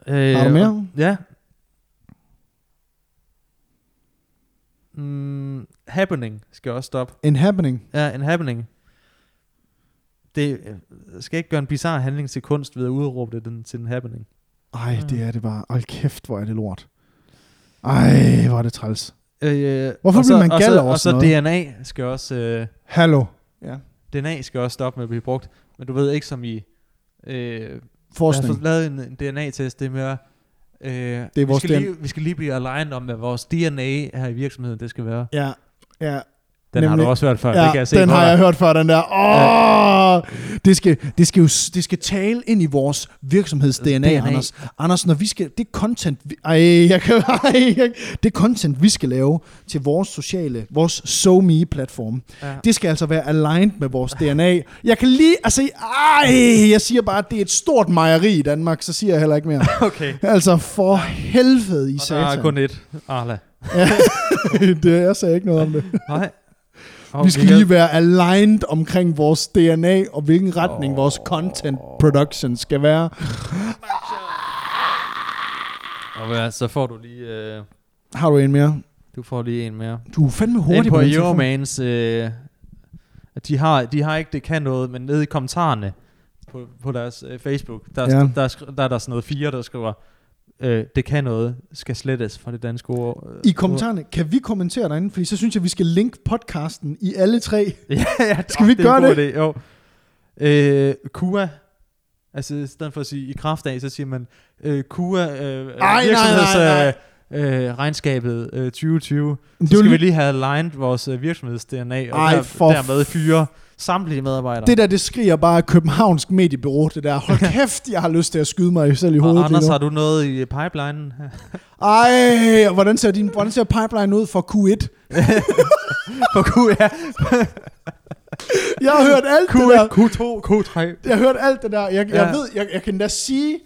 S1: Øh,
S2: Har du mere?
S1: og- Ja. Mm, happening skal også stoppe.
S2: En happening.
S1: Ja, en happening. Det øh, skal ikke gøre en bizarre handling til kunst ved at udråbe det den, til en happening.
S2: Ej,
S1: Mm.
S2: det er det bare. Hold kæft, hvor er det lort. Ej, hvor er det træls.
S1: Øh,
S2: Hvorfor
S1: og
S2: bliver
S1: så-
S2: man gal over
S1: Og så, og
S2: sådan
S1: så DNA skal også... Øh,
S2: Hallo. Ja.
S1: DNA skal også stoppe med at blive brugt. Men du ved ikke som i... Øh, Jeg har
S2: Forskning.
S1: fået lavet en, en DNA-test, det er mere... Øh, det
S2: vores
S1: vi, skal lige, vi skal lige blive aligned om, hvad vores DNA her i virksomheden, det skal være.
S2: Ja, ja.
S1: Den har
S2: Nemlig-
S1: du også hørt før, det kan jeg se.
S2: den
S1: på
S2: har
S1: dig.
S2: jeg hørt før, den der. Åh, det, skal, det, skal jo, s- det skal tale ind i vores virksomheds-DNA,
S1: DNA.
S2: Anders. Anders, når vi skal, det content, vi, ej, jeg kan, ej, jeg, det content, vi skal lave til vores sociale, vores SoMe-platform,
S1: Ja. [laughs]
S2: det skal altså være aligned med vores DNA. Jeg kan lige, altså, ej, jeg siger bare, at det er et stort mejeri i Danmark, så siger jeg heller ikke mere.
S1: Okay.
S2: Altså, for helvede i
S1: Og der er
S2: satan.
S1: kun et, Arla.
S2: Ja, [laughs] det, jeg sagde ikke noget om det.
S1: Nej.
S2: [laughs] Vi skal lige være aligned omkring vores DNA og hvilken retning oh. vores content production skal være.
S1: Og hvad, så får du lige... Øh,
S2: Har du en mere?
S1: du får lige en mere.
S2: Du er fandme
S1: Ind
S2: hurtig
S1: på
S2: på, din telefon.
S1: Euromans... Øh, at de, har, de har ikke det kan noget, men nede i kommentarerne på, på deres øh, Facebook, der,
S2: Ja.
S1: ja. der, der, der er der sådan noget fire, der skriver... Øh, det kan noget, skal slettes fra det danske ord. øh,
S2: I
S1: ord."
S2: kommentarerne, kan vi kommentere derinde? Fordi så synes jeg, vi skal linke podcasten i alle
S1: [laughs]
S2: tre.
S1: ja, ja,
S2: Skal vi
S1: det er en
S2: gøre
S1: god Idé, jo. Øh, kua. Altså, i stedet for at sige i kraft af, så siger man øh, kua. Øh,
S2: nej,
S1: virksomheds,
S2: nej, nej.
S1: Øh, øh, regnskabet øh, 2020. Så
S2: Men Det, er
S1: skal vi
S2: jo, lige-
S1: lige have aligned vores øh, virksomheds-DNA, og
S2: Ej,
S1: der,
S2: for
S1: dermed fyre samtlige medarbejdere.
S2: det der, det skriger bare af københavnsk mediebyrå, det der.
S1: [laughs]
S2: Hold kæft, jeg har lyst til at skyde mig selv i hovedet
S1: og
S2: lige
S1: Anders,
S2: nu.
S1: har du noget i øh, pipelinen?
S2: [laughs] Ej, og hvordan ser, din, hvordan ser pipeline ud for Q1?
S1: På Q1,
S2: Jeg har hørt alt det der.
S1: Q1, Q2, Q3.
S2: Jeg hørte alt det der. Jeg, ja. jeg
S1: Ja.
S2: ved, jeg, jeg kan da sige,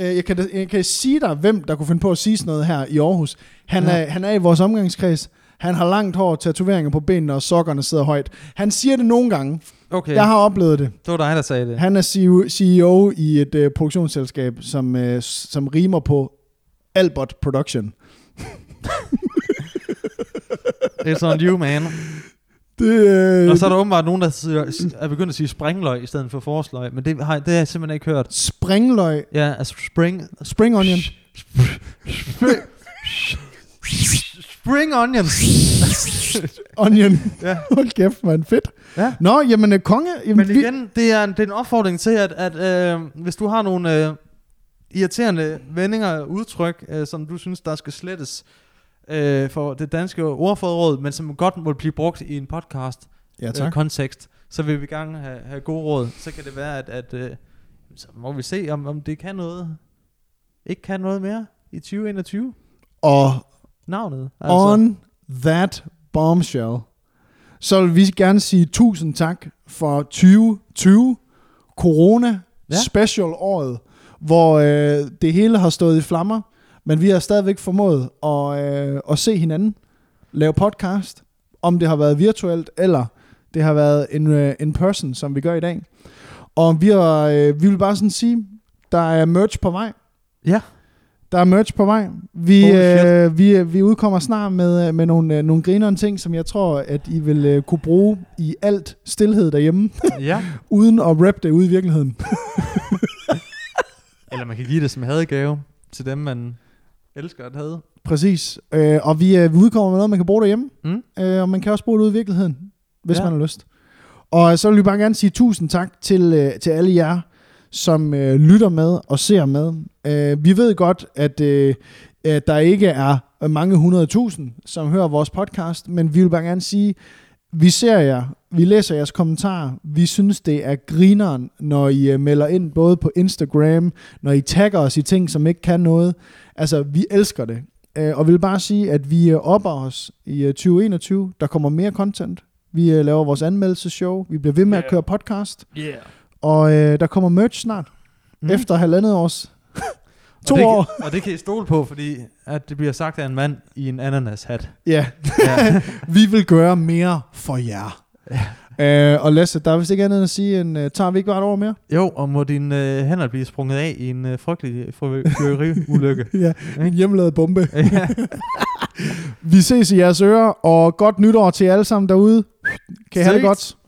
S2: øh, jeg kan, da- jeg kan sige dig, hvem der kunne finde på at sige sådan noget her i Aarhus. Han, ja.
S1: Ja.
S2: er, han er i vores omgangskreds. Han har langt hår, tatoveringer på benene, og sokkerne sidder højt. Han siger det nogle gange.
S1: Okay,
S2: Ja. Jeg har oplevet det.
S1: det var dig, der sagde det.
S2: Han er E CEO CEO i et øh, produktionsselskab, som, øh, s- som rimer på Albert Production.
S1: It's on you, man.
S2: Det, øh,
S1: Og så er der åbenbart nogen, der siger- er begyndt at sige springløg i stedet for forsløg, men det har, det har jeg simpelthen ikke hørt.
S2: springløg.
S1: Ja, altså spring...
S2: Spring onion.
S1: Spring, spring onion.
S2: Onion.
S1: Ja.
S2: [laughs] Hold kæft, man. Fedt.
S1: ja.
S2: Nå, jamen, øh, konge. Jamen,
S1: Men
S2: vi-
S1: igen, det er en, det er en opfordring til, at, at øh, hvis du har nogle øh, irriterende vendinger og udtryk, øh, som du synes, der skal slettes øh, for det danske ordforråd, men som godt må blive brugt i en podcast,
S2: Ja,
S1: øh,
S2: tak.
S1: kontekst, så vil vi gerne have, have gode råd. Så kan det være, at, at øh, så må vi se, om, om det kan noget. Ikke kan noget mere i 2021.
S2: Og
S1: Navnet.
S2: altså. [laughs] on that bombshell, så vil vi gerne sige tusind tak for 2020, corona, ja.
S1: Ja.
S2: special året, hvor øh, det hele har stået i flammer, men vi har stadigvæk formået at, øh, at se hinanden, lave podcast, om det har været virtuelt, eller det har været in, øh, in person, som vi gør i dag. Og vi, har, øh, vi vil bare sådan sige, der er merch på vej.
S1: Ja.
S2: Der er merch på vej. Vi,
S1: Holy shit.
S2: øh, vi, øh, vi udkommer snart med, øh, med nogle, øh, nogle grineren ting, som jeg tror, at I vil øh, kunne bruge i alt stillhed derhjemme,
S1: ja.
S2: uden at rap det ude i virkeligheden.
S1: Eller man kan give det som hadegave til dem, man elsker at hade.
S2: Præcis. Øh, og vi, øh, vi udkommer med noget, man kan bruge derhjemme.
S1: Mm?
S2: Øh, og man kan også bruge det ude i virkeligheden, hvis
S1: Ja.
S2: ja. man har lyst. Og så vil vi bare gerne sige tusind tak til, øh, til alle jer, som øh, lytter med og ser med. Øh, vi ved godt, at, øh, at der ikke er mange hundredtusind, som hører vores podcast, men vi vil bare gerne sige, vi ser jer, vi læser jeres kommentarer, vi synes, det er grineren, når I øh, melder ind både på Instagram, når I tagger os i ting, som ikke kan noget. Altså, vi elsker det. Øh, og vil bare sige, at vi øh, opper os i øh, 2021. Der kommer mere content. Vi øh, laver vores anmeldelseshow. Vi bliver ved med yeah.
S1: Ja.
S2: at køre podcast.
S1: Yeah.
S2: Og øh, der kommer merch snart.
S1: Mm.
S2: Mm. Efter halvandet års.
S1: [laughs]
S2: to
S1: og det,
S2: år.
S1: Kan, og det kan I stole på, fordi at det bliver sagt af en mand i en [laughs] ananas-hat.
S2: Ja,
S1: Ja.
S2: vi vil gøre mere for jer. Øh, og Lasse, der er vist ikke andet end at sige, end øh, tager vi ikke bare et år mere?
S1: jo, og må dine øh, hænder blive sprunget af i en øh, frygtelig [laughs] fyrværkeriulykke.
S2: [laughs] Ja, en hjemmelavet bombe.
S1: ja.
S2: Vi ses i jeres ører, og godt nytår til jer alle sammen derude. Kan I have det
S1: Ses.
S2: godt.